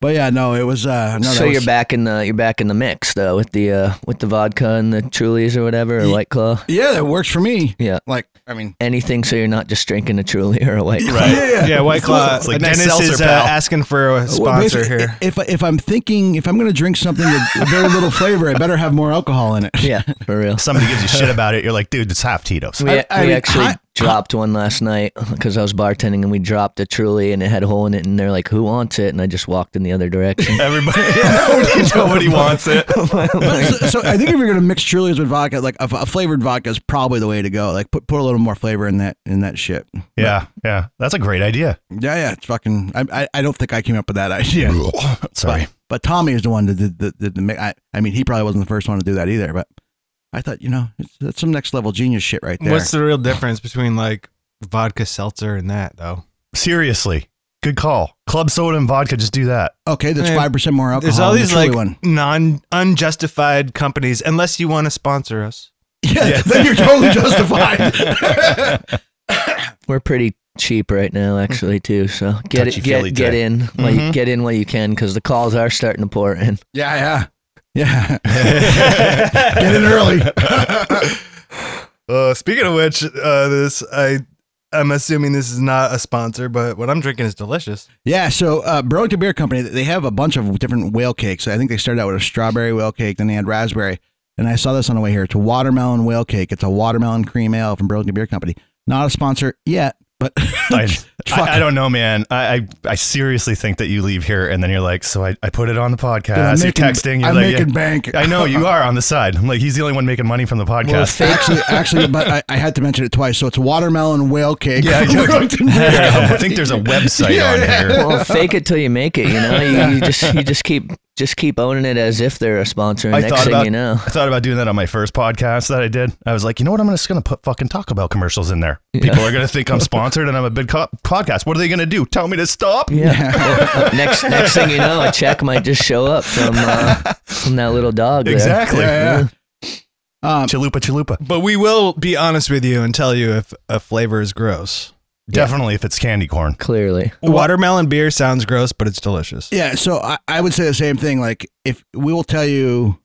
but yeah, [laughs] no, it was. Uh, no, so that you're was- back in the you're back in the mix though with the uh, with the vodka and the Trulies or whatever or White Claw. Yeah, that works for me. Yeah, Like, I mean, anything so you're not just drinking a Truly or a White Claw. [laughs] Right. yeah, Yeah, White Claw. It's like Dennis seltzer, is uh, pal. asking for a Well, sponsor basically, [laughs] here. If if I'm thinking if I'm going to drink something with very little flavor, I better have more alcohol in it. [laughs] Yeah, for real. Somebody gives you shit about it. You're like, dude, it's half Tito's. We, I- I we mean, actually I- dropped one last night [laughs] because I was bartending and we dropped a truly and it had a hole in it and they're like, "Who wants it?" And I just walked in the other direction. Everybody, nobody, [laughs] nobody wants it. so, so I think if you're gonna mix Trulies with vodka, like a, a flavored vodka is probably the way to go. Like put put a little more flavor in that in that shit. Yeah, yeah, that's a great idea. Yeah, yeah, it's fucking. I I, I don't think I came up with that [laughs] idea. Sorry, But, but Tommy is the one that did the, the, the, ma- I, I mean, he probably wasn't the first one to do that either. But I thought, you know, it's, that's some next level genius shit right there. What's the real difference between like vodka seltzer and that though? seriously, good call. Club soda and vodka, just do that. okay, that's Man, five percent more alcohol. There's all in the these Truly like one. [laughs] non unjustified companies, unless you want to sponsor us. Yeah, then you're [laughs] totally justified. We're pretty cheap right now, actually, too. So get it, get Touchy-feely get day. in, while you, Mhm. get in while you can because the calls are starting to pour in. yeah, yeah, yeah. Get [laughs] in early. Uh, speaking of which, uh, this I I'm assuming this is not a sponsor, but what I'm drinking is delicious. Yeah, so uh, Burlington Beer Company, they have a bunch of different whale cakes. I think they started out with a strawberry whale cake, then they had raspberry. And I saw this on the way here. It's a watermelon whale cake. It's a watermelon cream ale from Burlington Beer Company. Not a sponsor yet, but [laughs] I, I, Fuck. [laughs] I don't know, man. I, I I seriously think that you leave here and then you're like, so I, I put it on the podcast. I'm you're making- texting. You're I'm like, making yeah. bank. I know you are on the side. I'm like, he's the only one making money from the podcast. [laughs] actually, actually, but I, I had to mention it twice. So it's watermelon whale cake. Yeah, I from know. Burlington [laughs] Beer I Company. [laughs] think there's a website on here. Well, fake it till you make it. You know, you, you just you just keep just keep owning it as if they're a sponsor. And I next thought thing about- [laughs] you know, I thought about doing that on my first podcast that I did. I was like, you know what? I'm just going to put fucking Taco Bell commercials in there. People are going [laughs] to think I'm sponsored and I'm a big co- podcast. What are they going to do? Tell me to stop? yeah. [laughs] next next thing you know, a check might just show up from uh, from that little dog. there. Exactly. Yeah, yeah. Um, Chalupa, chalupa. But we will be honest with you and tell you if a flavor is gross. Definitely if it's candy corn. Clearly, Watermelon beer sounds gross, but it's delicious. Yeah, so I, I would say the same thing. Like, if we will tell you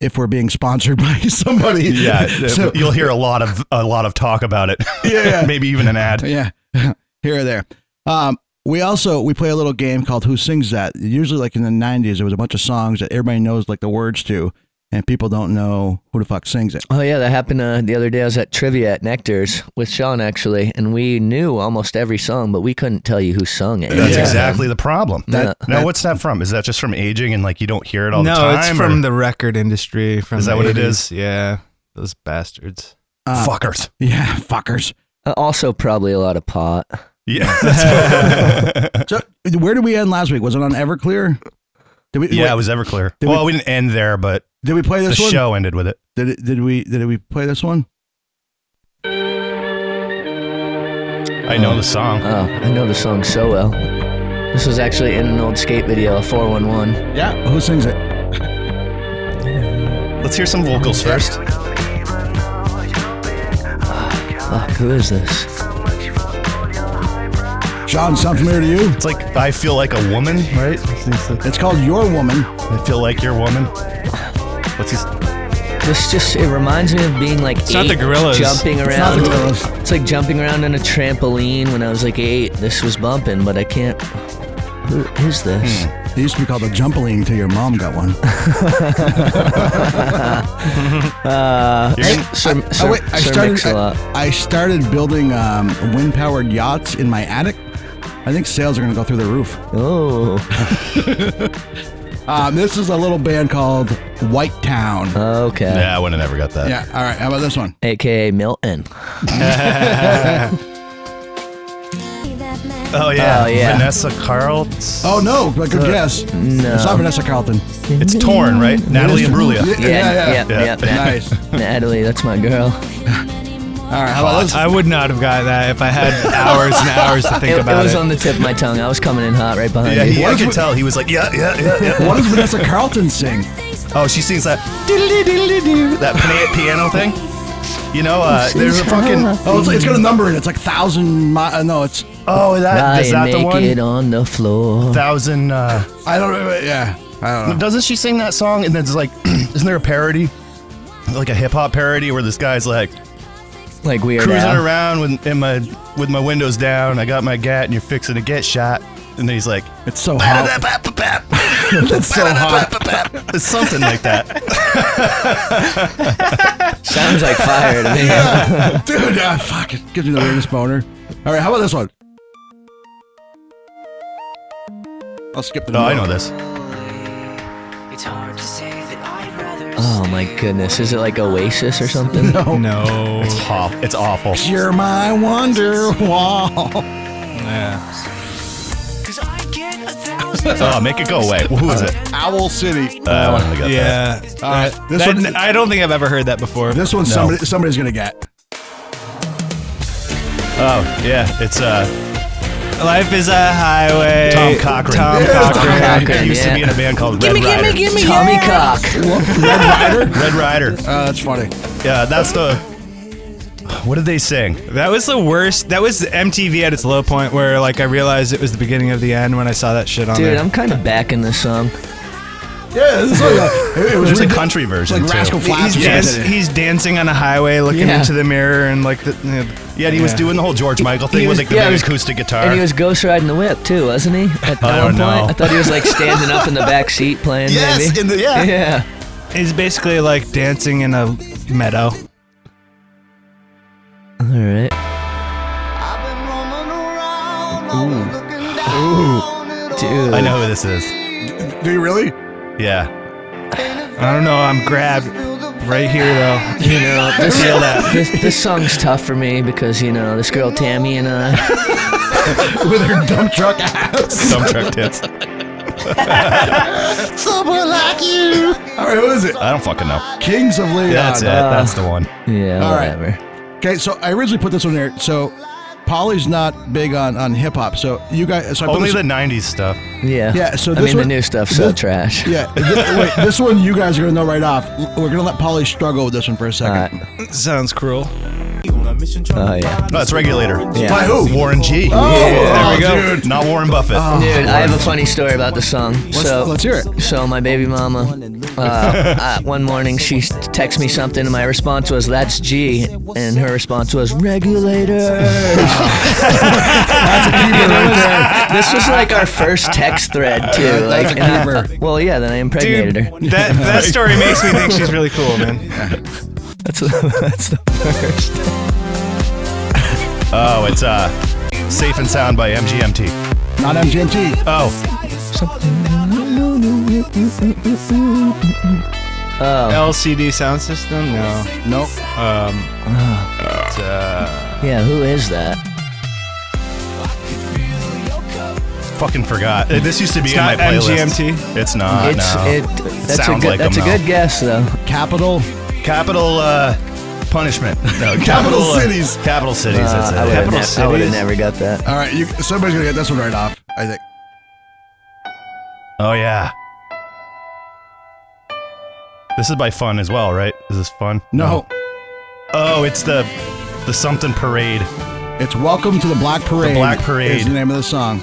if we're being sponsored [laughs] by somebody. [laughs] [laughs] Yeah, So- you'll hear a lot of a lot of talk about it. [laughs] Yeah. [laughs] maybe even an ad. yeah, [laughs] here or there. Um, we also we play a little game called Who Sings That. Usually, like in the '90s, there was a bunch of songs that everybody knows like the words to, and people don't know who the fuck sings it. Oh yeah, that happened uh, the other day. I was at trivia at Nectar's with Sean actually, and we knew almost every song, but we couldn't tell you who sung it. That's Yeah. exactly the problem. That- now, what's that from? Is that just from aging and like you don't hear it all no, the time? it's or- [laughs] from the record industry. From Is that the what it 80s. Yeah, those bastards. Uh, fuckers. Yeah, [laughs] fuckers. Uh, Also, probably a lot of pot. [laughs] Yeah, So, where did we end last week? Was it on Everclear? Did we? [laughs] yeah. wait, It was Everclear. Did we- well, we, didn't end there, but did we play the this one? show ended with it. Did it, did we did we play this one? I know the song. Oh, I know the song so well. This was actually in an old skate video, a 411. Yeah. Who sings it? Let's hear some vocals first. Fuck, who is this? John, sound familiar to you? It's like I feel like a woman, right? It's called Your Woman. I feel like your woman. What's his? This just, it reminds me of being like eight. not the Gorillaz. Jumping It's not around. the Gorillaz. It's like jumping around on a trampoline when I was like eight. This was bumping, but I can't. Who is this? It used to be called the Jumpoline until your mom got one. You're gonna- Sir, [laughs] Sir, Oh, wait, I Sir started. Mix-a-Lot. I, I started building um, wind-powered yachts in my attic. I think sales are going to go through the roof. Oh, Um, this is a little band called White Town. okay. yeah, I would have never got that. yeah. All right. How about this one? AKA Milton. Oh yeah. Oh, yeah. Vanessa Carlton. Oh no! But good guess. no. It's not Vanessa Carlton. It's torn, right? Natalie Imbruglia. Yeah. Yeah. yeah, yeah. yeah, yeah. Nice. Natalie, that's my girl. All right. How about this? I would not have got that if I had hours and hours to think It, it about was it. on the tip of my tongue. I was coming in hot right behind Yeah, you. he, I could tell. He was like, yeah, yeah, yeah, yeah. What does Vanessa Carlton sing? Oh, she sings that diddly-diddly-doo, that pina- piano thing. You know, uh, there's a fucking. Oh, it's, it's got a number in it. It's like thousand. Mi- uh, no, it's Oh, that is Lying that the naked one? on the floor. Thousand. Uh, I don't. know. Yeah. I don't know. doesn't she sing that song? And then it's like, [clears throat] isn't there a parody, like a hip hop parody, where this guy's like like we are cruising now. around with in my with my windows down, I got my gat, and you're fixing to get shot, and then he's like, [laughs] [laughs] It's so hot. "Bap, bap, bap, bap." That's so hot. It's something like that. Sounds like [laughs] fire to me. Dude, ah, fuck it. Gives me the weirdest boner. All right, how about this one? I'll skip the No, I milk. know this. Oh my goodness, is it like Oasis [laughs] or Oh, [laughs] something? No. No. It's awful. It's awful. You're my wonder wall. Yeah. Oh, make it go away. Who is it? Owl City. Uh, I wanted to get that. Yeah. All right, this That- one. I don't think I've ever heard that before. This one, somebody, somebody's gonna get. Oh, yeah. It's uh, Life is a highway. Tom Cochran. Tom Yeah, Cochran. Tom Cochran, He used to yeah. be in a band called Red Rider. Tommy Cock. Red Rider. Uh, that's funny. Yeah, that's the. What did they sing? That was the worst. That was MTV at its low point, where like I realized it was the beginning of the end when I saw that shit on Dude, there. I'm kind of backing this song. Yeah, this is like a, it- it was There's a really- country It's version like too. Rascal Flatts. He's, or yes, something. he's dancing on a highway, looking Yeah. into the mirror, and like the, you know, Yeah, and he was Yeah. doing the whole George Michael he thing was- with like the yeah, big he was- acoustic guitar. And he was ghost riding the whip too, wasn't he? At I at don't one point, know. I thought he [laughs] was like standing up in the back seat playing. yes, maybe. in the yeah. [laughs] yeah. he's basically like dancing in a meadow. All right. Ooh. Dude. I know who this is. Do you really? Yeah, I don't know. I'm grabbed right here though. [laughs] You know, this, [laughs] this, this song's tough for me because, you know, this girl Tammy and [laughs] I. With her dump truck ass. dump truck tits. [laughs] Someone like you. All right, who is it? uh, I don't fucking know. Kings of Leon. That's it. That's the one. Yeah, All right. whatever. Okay, so I originally put this one there. So Polly's not big on, on hip hop. So you guys, so I put Only this- the '90s stuff. Yeah. Yeah, so I this mean, one- the new stuff's so this- trash. Yeah, th- wait, this one you guys are gonna know right off. L- We're gonna let Polly struggle with this one for a All second. right. Sounds cruel. Oh, yeah. No, it's Regulator. Yeah. By who? Warren G. Oh, there we go. Not Warren Buffett. Dude, I have a funny story about the song. Let's, so let's hear it. So my baby mama, uh, uh, one morning she texted me something, and my response was, "That's G," and her response was, "Regulator." this was like our first text thread too. That's Like, a and I- keeper. well, yeah, then I impregnated her. That [laughs] that story makes me think she's really cool, man. That's that's the first. Oh, it's uh, Safe and Sound by MGMT. Not MGMT. Oh, Oh. LCD sound system? No. Nope. uh, Yeah, who is that? fucking forgot. Uh, This used to be It's in not my playlist. MGMT. It's not. it's no. it. That's a Sounds good. like that's them, a good though. guess though. Capital. Capital uh, punishment. No, capital uh, cities. Capital cities. that's Uh, it. I would have Capital ne- I would have never got that. All right, you, somebody's gonna get this one right off. I think. Oh yeah. This is by Fun as well, right? Is this Fun? No, Oh, it's the the something parade. it's Welcome to the Black Parade. Black Parade. is the name of the song.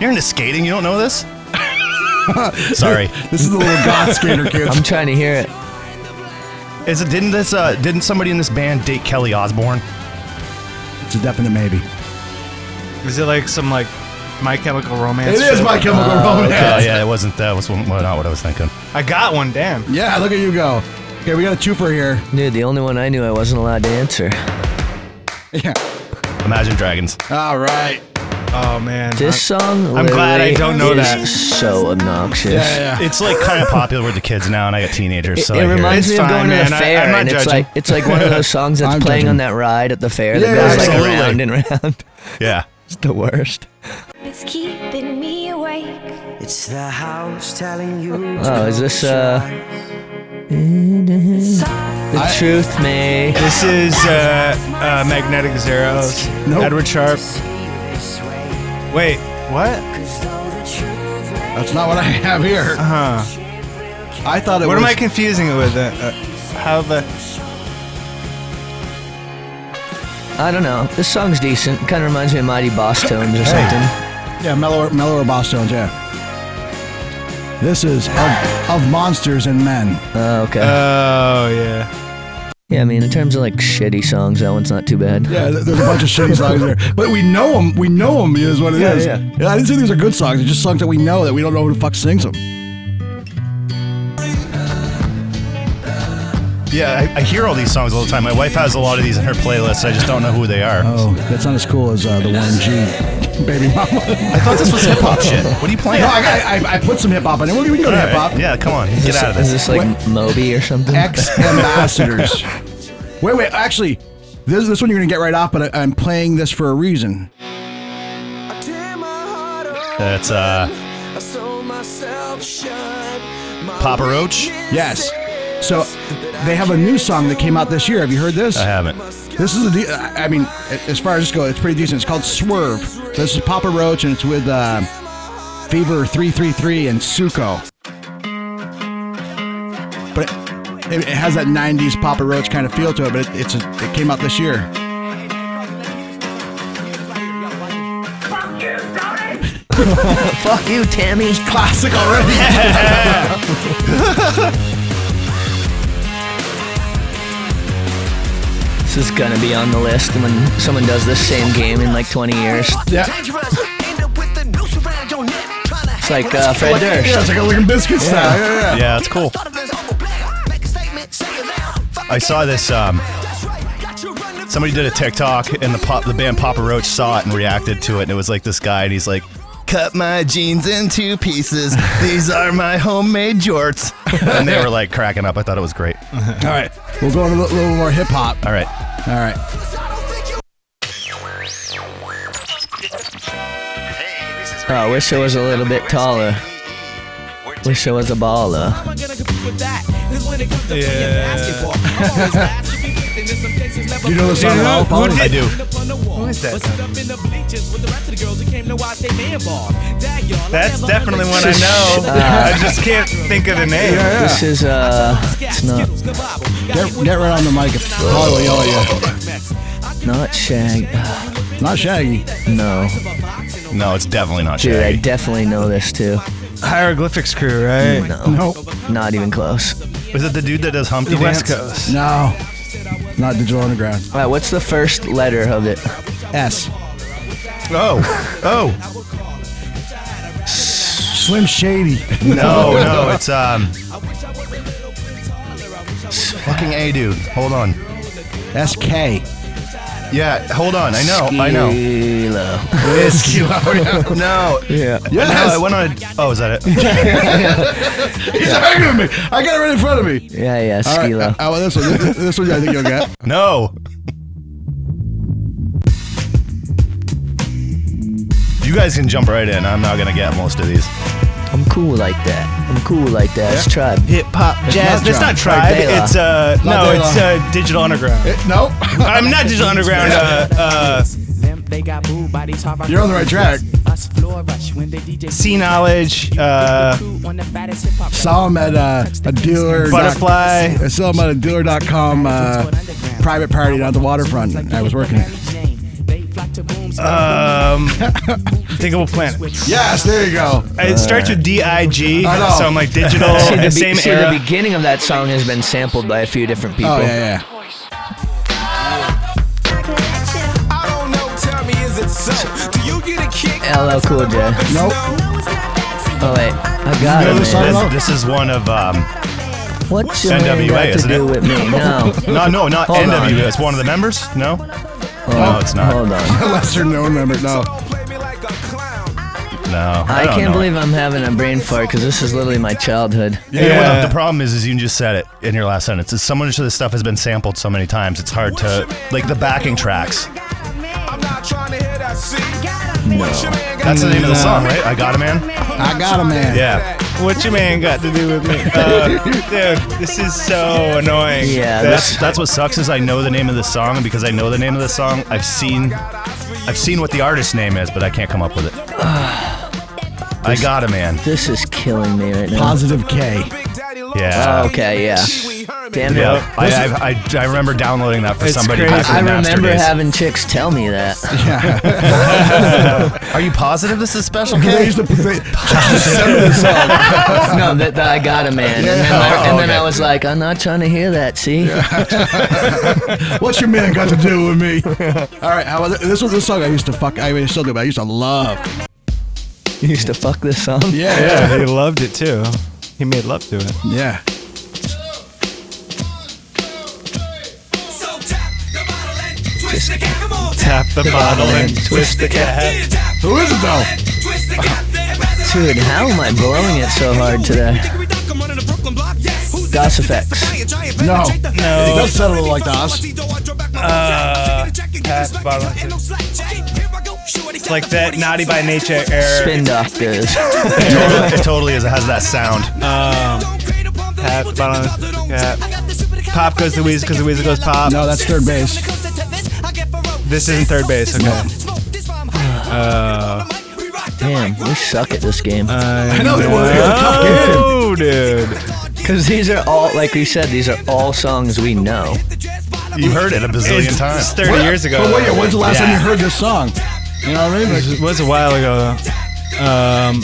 You're into skating. You don't know this? [laughs] Sorry. This is the little goth skater kids. I'm trying to hear it. Is it didn't this uh didn't somebody in this band date Kelly Osbourne? It's a definite maybe. Is it like some like My Chemical Romance? It is shit? my chemical romance. Oh yeah, it wasn't that was well, not what I was thinking. I got one. Damn. Yeah, look at you go. Okay, we got a twofer here. [laughs] Dude, the only one I knew I wasn't allowed to answer. Yeah. Imagine Dragons. All right. Oh man. This song. I'm glad I literally don't know is that. So obnoxious. Yeah, yeah. It's like kind of popular with the kids now, and I got teenagers, It, so it I hear reminds It's me of going fine, to man. the I- fair, I'm not and it's judging. like it's like one of those songs that's I'm playing judging. on that ride at the fair Yeah, that goes like absolutely. around and around. it. Yeah. It's the worst. It's keeping me awake. It's the house telling you. Oh, is this uh? The truth may. This is uh, uh, Magnetic Zeros. Nope. Edward Sharp. Wait, what? That's not what I have here. Huh. I thought it What was. am I confusing it with? Uh, uh, how the? I don't know. This song's decent. Kind of reminds me of Mighty Boss Tones or something. Yeah, mellower, mellower boss tones. Yeah. This is of, of monsters and men. Oh, okay. Oh yeah. yeah, I mean, in terms of like shitty songs, that one's not too bad. Yeah, th- [laughs] there's a bunch of shitty songs there, but we know them. We know them is what it is. yeah. I didn't say these are good songs. They're just songs that we know that we don't know who the fuck sings them. Yeah, I, I hear all these songs all the time. My wife has a lot of these in her playlists. I just don't know who they are. Oh, that's not as cool as uh, the Warren G. [laughs] Baby Mama. I thought this was hip-hop shit. What are you playing? No, I, I, I put some hip hop in it. What do we go to All right. hip hop? Yeah, come on. Is Get this- out of [laughs] this. Is this like Moby or something? Ex [laughs] ambassadors. wait, wait. Actually, this this one you're gonna get right off, but I, I'm playing this for a reason. That's uh, Papa Roach. Yes. So they have a new song that came out this year. Have you heard this? I haven't. This is a de- I mean, as far as this goes, it's pretty decent. It's called Swerve. This is Papa Roach, and it's with uh, Fever Three Three Three and Suko. But it, it has that '90s Papa Roach kind of feel to it. But it, it's a, it came out this year. Fuck you, Tammy. Classic already. This is gonna be on the list when someone does this same game in like 20 years. Yeah. It's like uh, Fred Durst. Yeah, it's like a Licking Biscuit style. Yeah, yeah, yeah. Yeah, it's cool. I saw this. Um, somebody did a TikTok, and the pop, the band Papa Roach saw it and reacted to it, and it was like this guy, and he's like, "Cut my jeans in two pieces. These are my homemade jorts." and they were like cracking up. I thought it was great. All right, we'll go on a little, little more hip hop. All right, All right. Oh, wish I was a little bit taller. Wish I was a baller. Do you know the song at all, Paul? I do. That's definitely one I know. I just can't think of the name. This is uh, it's not Get, get right on the mic. Paul will yell at not shag. you. Not Shaggy. No, No, it's definitely not dude, I Shaggy. definitely know this too. Hieroglyphics crew, right? No, Nope. not even close. Was it the dude that does Humpty The West Dance? Coast. No. Not Digital Underground. All right, what's the first letter of it? S. Oh, oh, Slim Shady. [laughs] no, no, it's um. Fucking a dude. Hold on. SK. Yeah, hold on. I know. I [laughs] know. oh, Skilo. no. Yeah. No, I went on. A, oh, is that it? He's hanging with me. I got it right in front of me. Yeah, yeah, All right. Skilo. Oh, well, this one. This one I think you'll get. No. You guys can jump right in. I'm not gonna get most of these. I'm cool like that. I'm cool like that. It's tribe. Hip hop jazz. not That's not tribe. Dela. It's uh Not no, Dela. it's uh digital underground. [laughs] It, nope. I'm not digital underground. Uh, uh You're on the right track. C knowledge. Uh, Saw him at uh, a dealer. Butterfly. I saw him at a dealer.com uh, private party down at the waterfront. I was working it. uh, [laughs] um, thinkable planet. Yes, there you go. It starts with D Uh, I G. I know. So I'm like digital. See, the, be- [laughs] uh, same see, era. the beginning of that song has been sampled by a few different people. Oh, yeah, yeah. LL Cool J. Nope. Oh wait, I got You know it. this man. song? This, this is one of um. What's your name NWA, got to isn't do it? [laughs] with me? No. No, no, not Hold on. NWA. It's one of the members. No. no, it's not. Hold [laughs] on. Lesser known member. No. No. I, I, don't can't know. believe I'm having a brain fart because this is literally my childhood. You know what Yeah. the, the problem is, is you just said it in your last sentence. Is so much of this stuff has been sampled so many times, it's hard to like the backing tracks. That's the name of the song, right? I got a man. I got a man. Yeah. What your man got to do with me? [laughs] Uh, dude, this is so annoying. Yeah, That's that's what sucks is I know the name of the song, and because I know the name of the song, I've seen I've seen what the artist's name is, but I can't come up [sighs] with it. I got a man. This is killing me right now. Positive K. Yeah. Oh, okay, yeah. Damn it. Yeah, I, I, I, I remember downloading that for It's somebody crazy. back I in the master remember days. having chicks tell [laughs] me that. Are you positive this is [laughs] special? They used to they- this song. no, that, that I got a man. And then, I, Yeah. and then Oh, Okay. I was like, I'm not trying to hear that, see? What's your man got to do with me? [laughs] All right, how about this was the song I used to fuck. I mean, I still do, but I used to love. You used to fuck this song? Yeah, Yeah, he loved it too. He made love to it. yeah. just Tap the bottle and twist the cat. Who is it though? Dude, how am I blowing it so hard today? Goss effects. No. No. It does sound a little like Dos. Uh, tap the bottle and twist. It's like that naughty by nature error. Spin doctors. [laughs] It totally, it totally is. It has that sound. Um, tap, bottom, cap. Pop goes to Weezer because the Weezer goes pop. No, that's third base. This isn't third base. Okay. Uh, Damn, we suck at this game. I know, it was- it was a tough know, dude. [laughs] Because these are all, like we said, these are all songs we know. You heard it a bazillion It's- times. It's 30 years ago. But wait, when's the last time Yeah. you heard this song? You know what I mean? Like, It was a while ago, though. Um,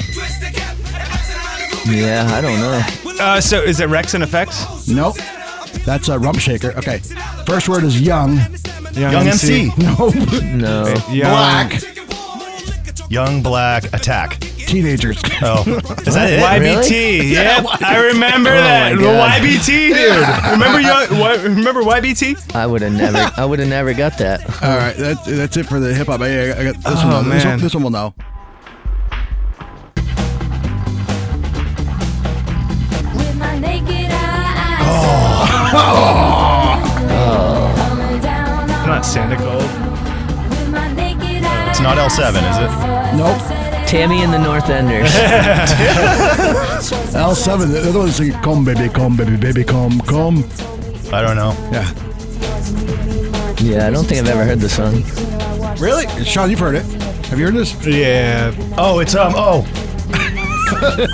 Yeah, I don't know. uh, so is it Rex and Effects? Nope. That's a rump shaker. Okay. First word is young. [laughs] Young MC. No. No. Young- Black. Young Black Attack. Teenagers. [laughs] Oh, is that it? YBT. Yep, [laughs] I remember that. my The God. YBT, dude. Remember young, why, remember YBT? I would have never, I would have never got that. All right. That's, that's it for the hip hop. I, I got this one. though. Oh, This one. man. This one will know. With my naked eye, Oh. Not Santa Gold. It's not L7, is it? Nope. Tammy and the North Enders. [laughs] L7. The other one's singing, come, baby, come, baby, baby, come, come. I don't know. Yeah. Yeah, I don't think I've ever heard the song. Really? Sean, you've heard it. Have you heard this? Yeah. Oh, it's um. Oh, [laughs]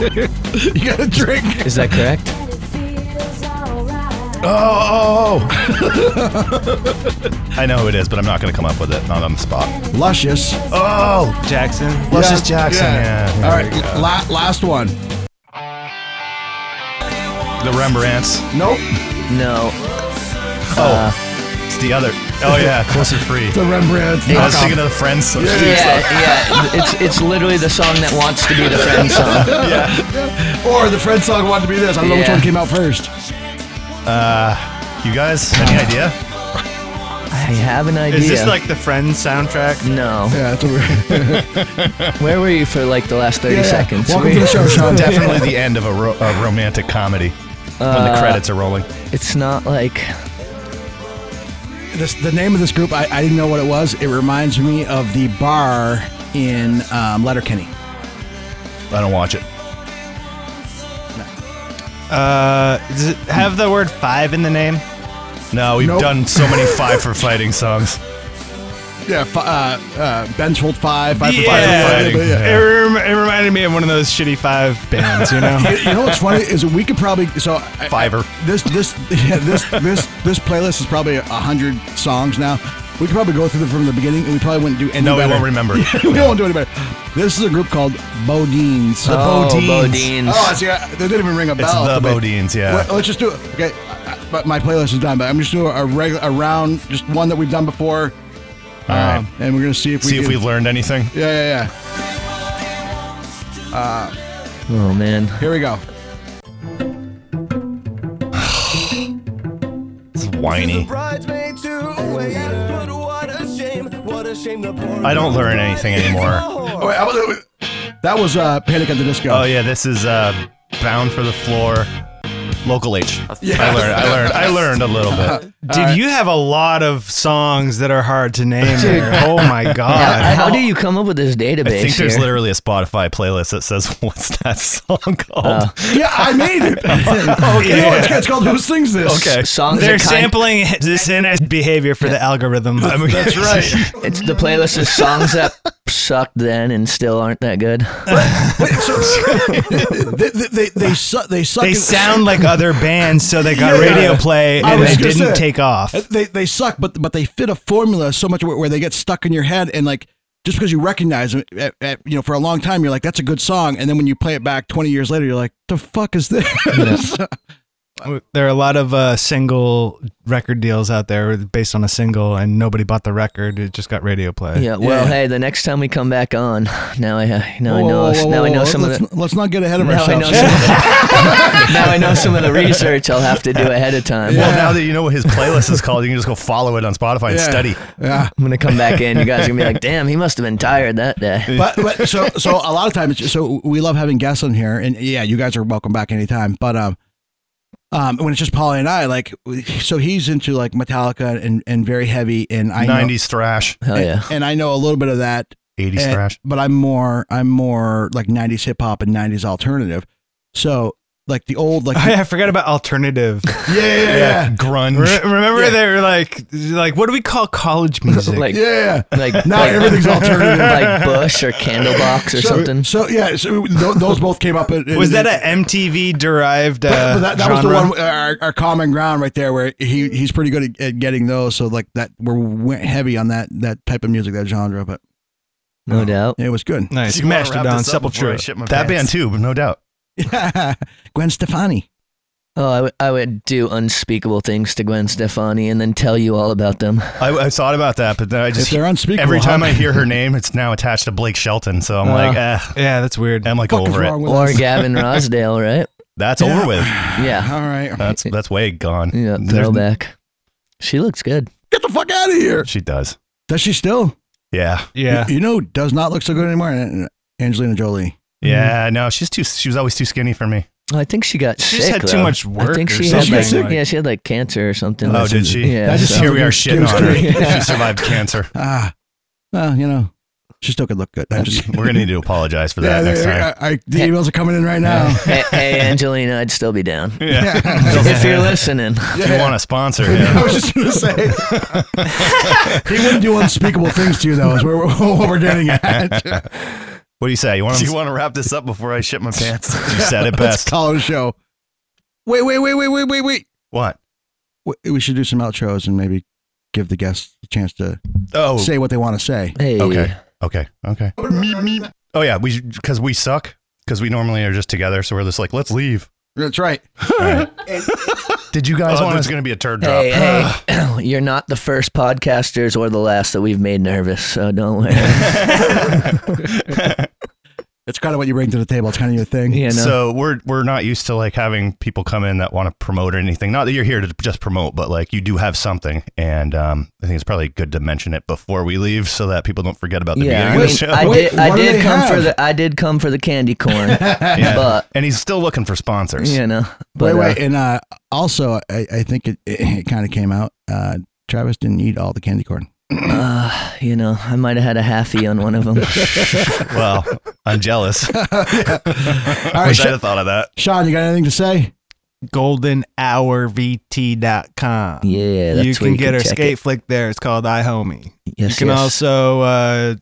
You got a drink. Is that correct? oh, oh. [laughs] oh. I know who it is, but I'm not gonna come up with it. Not on the spot. Luscious. All Oh, Jackson. Luscious Jackson. Yeah. yeah. right. La- last one. The Rembrandts. Nope. No. Uh, Oh, it's the other. Oh [laughs] yeah, closer free. The Rembrandt. I was thinking of the Friends. Yeah, yeah. It's it's literally the song that wants to be [laughs] the friend song. Or the Fred song wanted to be this. I don't know which Yeah. one came out first. You guys, any idea? I have an idea. Is this like the Friends soundtrack? no? Yeah, that's what we're. Where were you for like the last thirty Yeah. seconds? Welcome to the show, Sean. [laughs] Definitely the end of a, ro- a romantic comedy when the credits are rolling. It's not like This, the name of this group, I, I didn't know what it was. It reminds me of the bar in um, Letterkenny. I don't watch it. Uh, does it have the word five in the name? No, we've Nope. done so many five for fighting [laughs] songs. Yeah, fi- uh, uh, Ben's Hold Five, Five for Five. Yeah. for five, but yeah. It, rem- it reminded me of one of those shitty five bands, you know? You know what's funny is we could probably so I- Fiverr. this this [laughs] yeah, this this this playlist is probably a hundred songs now. We could probably go through them from the beginning, and we probably wouldn't do any No, we better. won't [laughs] remember. [laughs] we won't do any better. This is a group called Bodines. The oh, Bodines. Oh, see, I, they didn't even ring a It's bell. the But- Bodines, yeah. Well, let's just do it. Okay, I- I- but my playlist is done. But I'm just doing a regular, a round, just one that we've done before, All right. um, and we're gonna see if we See if can- we've learned anything. Yeah, yeah, Oh man. yeah. Here we go. It's whiny. I I don't learn anything anymore. Oh, wait, I was- that was uh, Panic at the Disco. Oh yeah, this is uh, Bound for the Floor, Local H. I learned. I learned. I learned a little [laughs] bit. [laughs] Dude, you have a lot of songs that are hard to name. there. Oh [laughs] my How, god. Uh, how do you come up with this database? I think there's here? literally a Spotify playlist that says [laughs] what's that song called. Uh, Uh, Yeah, I made [laughs] it. okay. it's, it's called Who Sings This? okay. songs. They're that kind, sampling [laughs] this in as behavior for the algorithm. [laughs] [laughs] That's right. it's the playlist is songs that sucked then and still aren't that good. Wait, so, they, they, they, they, su- they suck. They in- sound like other bands, so they got Yeah. radio play I and was they gonna didn't say- take off. [laughs] They, they suck, but but they fit a formula so much where, where they get stuck in your head and like just because you recognize them, at, at, you know, for a long time, you're like, that's a good song, and then when you play it back 20 years later, you're like, the fuck is this? There are a lot of uh, single record deals out there based on a single, and nobody bought the record. It just got radio play. Yeah. Well, hey, the next time we come back on, now I now I Whoa, know whoa, whoa, now I whoa, know let's- some of let's the n- Let's not get ahead of now I know ourselves. some of the, now I know some of the research I'll have to do ahead of time. Well, now that you know what his playlist is called, you can just go follow it on Spotify and Yeah. study. Yeah. I'm gonna come back in. You guys are gonna be like, "Damn, he must have been tired that day." but, but so so a lot of times so we love having guests on here and yeah you guys are welcome back anytime but um um when it's just Polly and I like so he's into like Metallica and and very heavy and I know- 90s thrash. and, and I know a little bit of that 80s and- thrash. but I'm more I'm more like 90s hip hop and 90s alternative so like the old like [laughs] I forgot about alternative. yeah yeah, yeah, yeah. grunge. Re- remember they were like, like what do we call college music? Like- Yeah. Like Not like- everything's alternative. like Bush or Candlebox or so, something. So yeah, so th- those both came up. in- in- was that an MTV derived? Uh, but, but that, that was the genre? one our, our common ground right there where he he's pretty good at, at getting those so like that we went heavy on that that type of music that genre but No doubt. it was good Nice. Do you wanna wrap Mastodon, this up before I Sepultura. shit my That pants? band too, no doubt. [laughs] Gwen Stefani Oh, I would- I would do unspeakable things to Gwen Stefani and then tell you all about them. I, I thought about that, but then I just If they're unspeakable, Every huh? time I hear her name, it's now attached to Blake Shelton. So I'm Uh, like, eh, Yeah, that's weird. I'm like over it. Or Gavin Rosdale, right? That's Yeah. over with. [sighs] Yeah. all right That's that's way gone. Yeah. There's- Throwback. She looks good. get the fuck out of here She does. does she still Yeah. Yeah. you, you know who does not look so good anymore An- Angelina Jolie Mm-hmm. Yeah. No, she's too. She was always too skinny for me. I think she got sick. She just had too though. much work I think or she had something. like, She got sick? yeah, she had like cancer or something. Oh, did she? Yeah. That just so- sounds Here we like are you're shitting on her. scared. She survived cancer. ah well you know she still could look good I'm just We're gonna need to apologize for [laughs] yeah, that next there- time. I, I, the emails are coming in right now hey, hey, Angelina, I'd still be down. Yeah. [laughs] if you're listening, If you want to sponsor? [laughs] [laughs] I Yeah. was just gonna say [laughs] he wouldn't do unspeakable things to you though. Is where we're, [laughs] what we're getting at. What do you say? You want? want to wrap this up before I shit my [laughs] pants? You said [laughs] it Let's best. call it a show. Wait, wait, wait, wait, wait, wait, wait. What? W- We should do some outros and maybe give the guests a chance to Oh. say what they want to say. hey, Okay. Okay. Okay. Oh yeah. We because we suck because we normally are just together, so we're just like let's leave. That's right. Did you guys Oh, want? there's to- gonna be a turd drop. hey, Uh, hey, [clears throat] you're not the first podcasters or the last that we've made nervous, so don't worry. [laughs] It's kind of what you bring to the table. It's kind of your thing. you know, So we're we're not used to like having people come in that want to promote or anything. Not that you're here to just promote, but like you do have something, and um, I think it's probably good to mention it before we leave so that people don't forget about the yeah, I, beginning mean, of the show. [laughs] I Wait, did, I what do did they come for have? the, I did come for the candy corn, Yeah. but and he's still looking for sponsors. you know, but wait, wait, uh, and uh, also I, I think it, it, kind of came out. Uh, Travis didn't eat all the candy corn. uh, you know, I might have had a halfie on one of them. Well, I'm [laughs] jealous. I right, wish sh- I'd have thought of that. Sean, you got anything to say? goldenhourvt.com. Yeah, that's you where can get our check skate It. flick there. It's called iHomie. Yes, you can yes. also uh,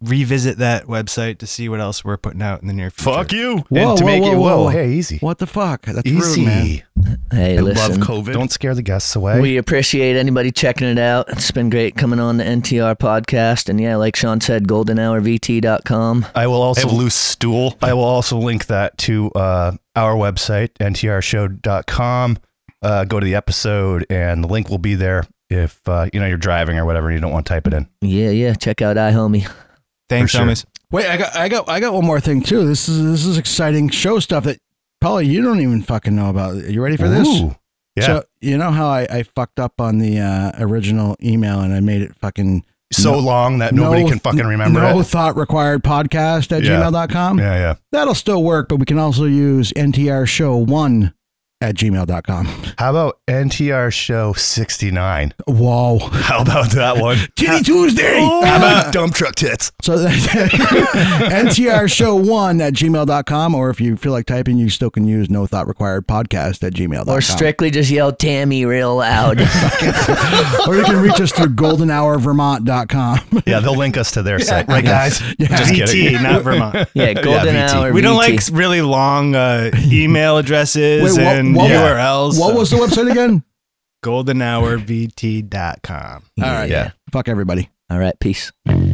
revisit that website to see what else we're putting out in the near future. Fuck you. Whoa, and to whoa, make it whoa, whoa, whoa. hey, easy. What the fuck? That's rude, man. Easy. Hey, I love listen, COVID. Don't scare the guests away. We appreciate anybody checking it out. It's been great coming on the NTR podcast. And yeah, like Sean said, goldenhourvt.com. I will also have a loose stool. I will also link that to uh, our website, ntrshow.com. Uh, go to the episode, and the link will be there if uh, you know you're driving or whatever and you don't want to type it in. Yeah, yeah. Check out iHomie. Thanks, For sure. homies. Wait, I got, I got, I got one more thing too. This is this is exciting show stuff that Polly you don't even fucking know about. Are you ready for this? Ooh. Yeah. So you know how I, I fucked up on the uh, original email and I made it fucking so No- long that nobody no- can fucking remember no it. thought required podcast at Yeah. gmail.com. Yeah, yeah. That'll still work, but we can also use NTR show one at [laughs] gmail.com. How about NTR Show 69? Whoa. How about [laughs] that one? Titty Tuesday. How about [laughs] Dump Truck Tits? So [laughs] that's NTR show one at gmail.com, or if you feel like typing, you still can use no thought required podcast at gmail.com. Or strictly just yell Tammy real loud. [laughs] or you can reach us through goldenhourvermont.com. Yeah, they'll link us to their site. Right, guys? Yeah. Just VT, kidding. not Vermont. yeah, golden VT. hour. we don't VT. like really long uh, email addresses Wait, what- and what- URLs. What was the website again? goldenhourvt.com? All right. Yeah. Fuck everybody. All right. Peace. Peace. Oh.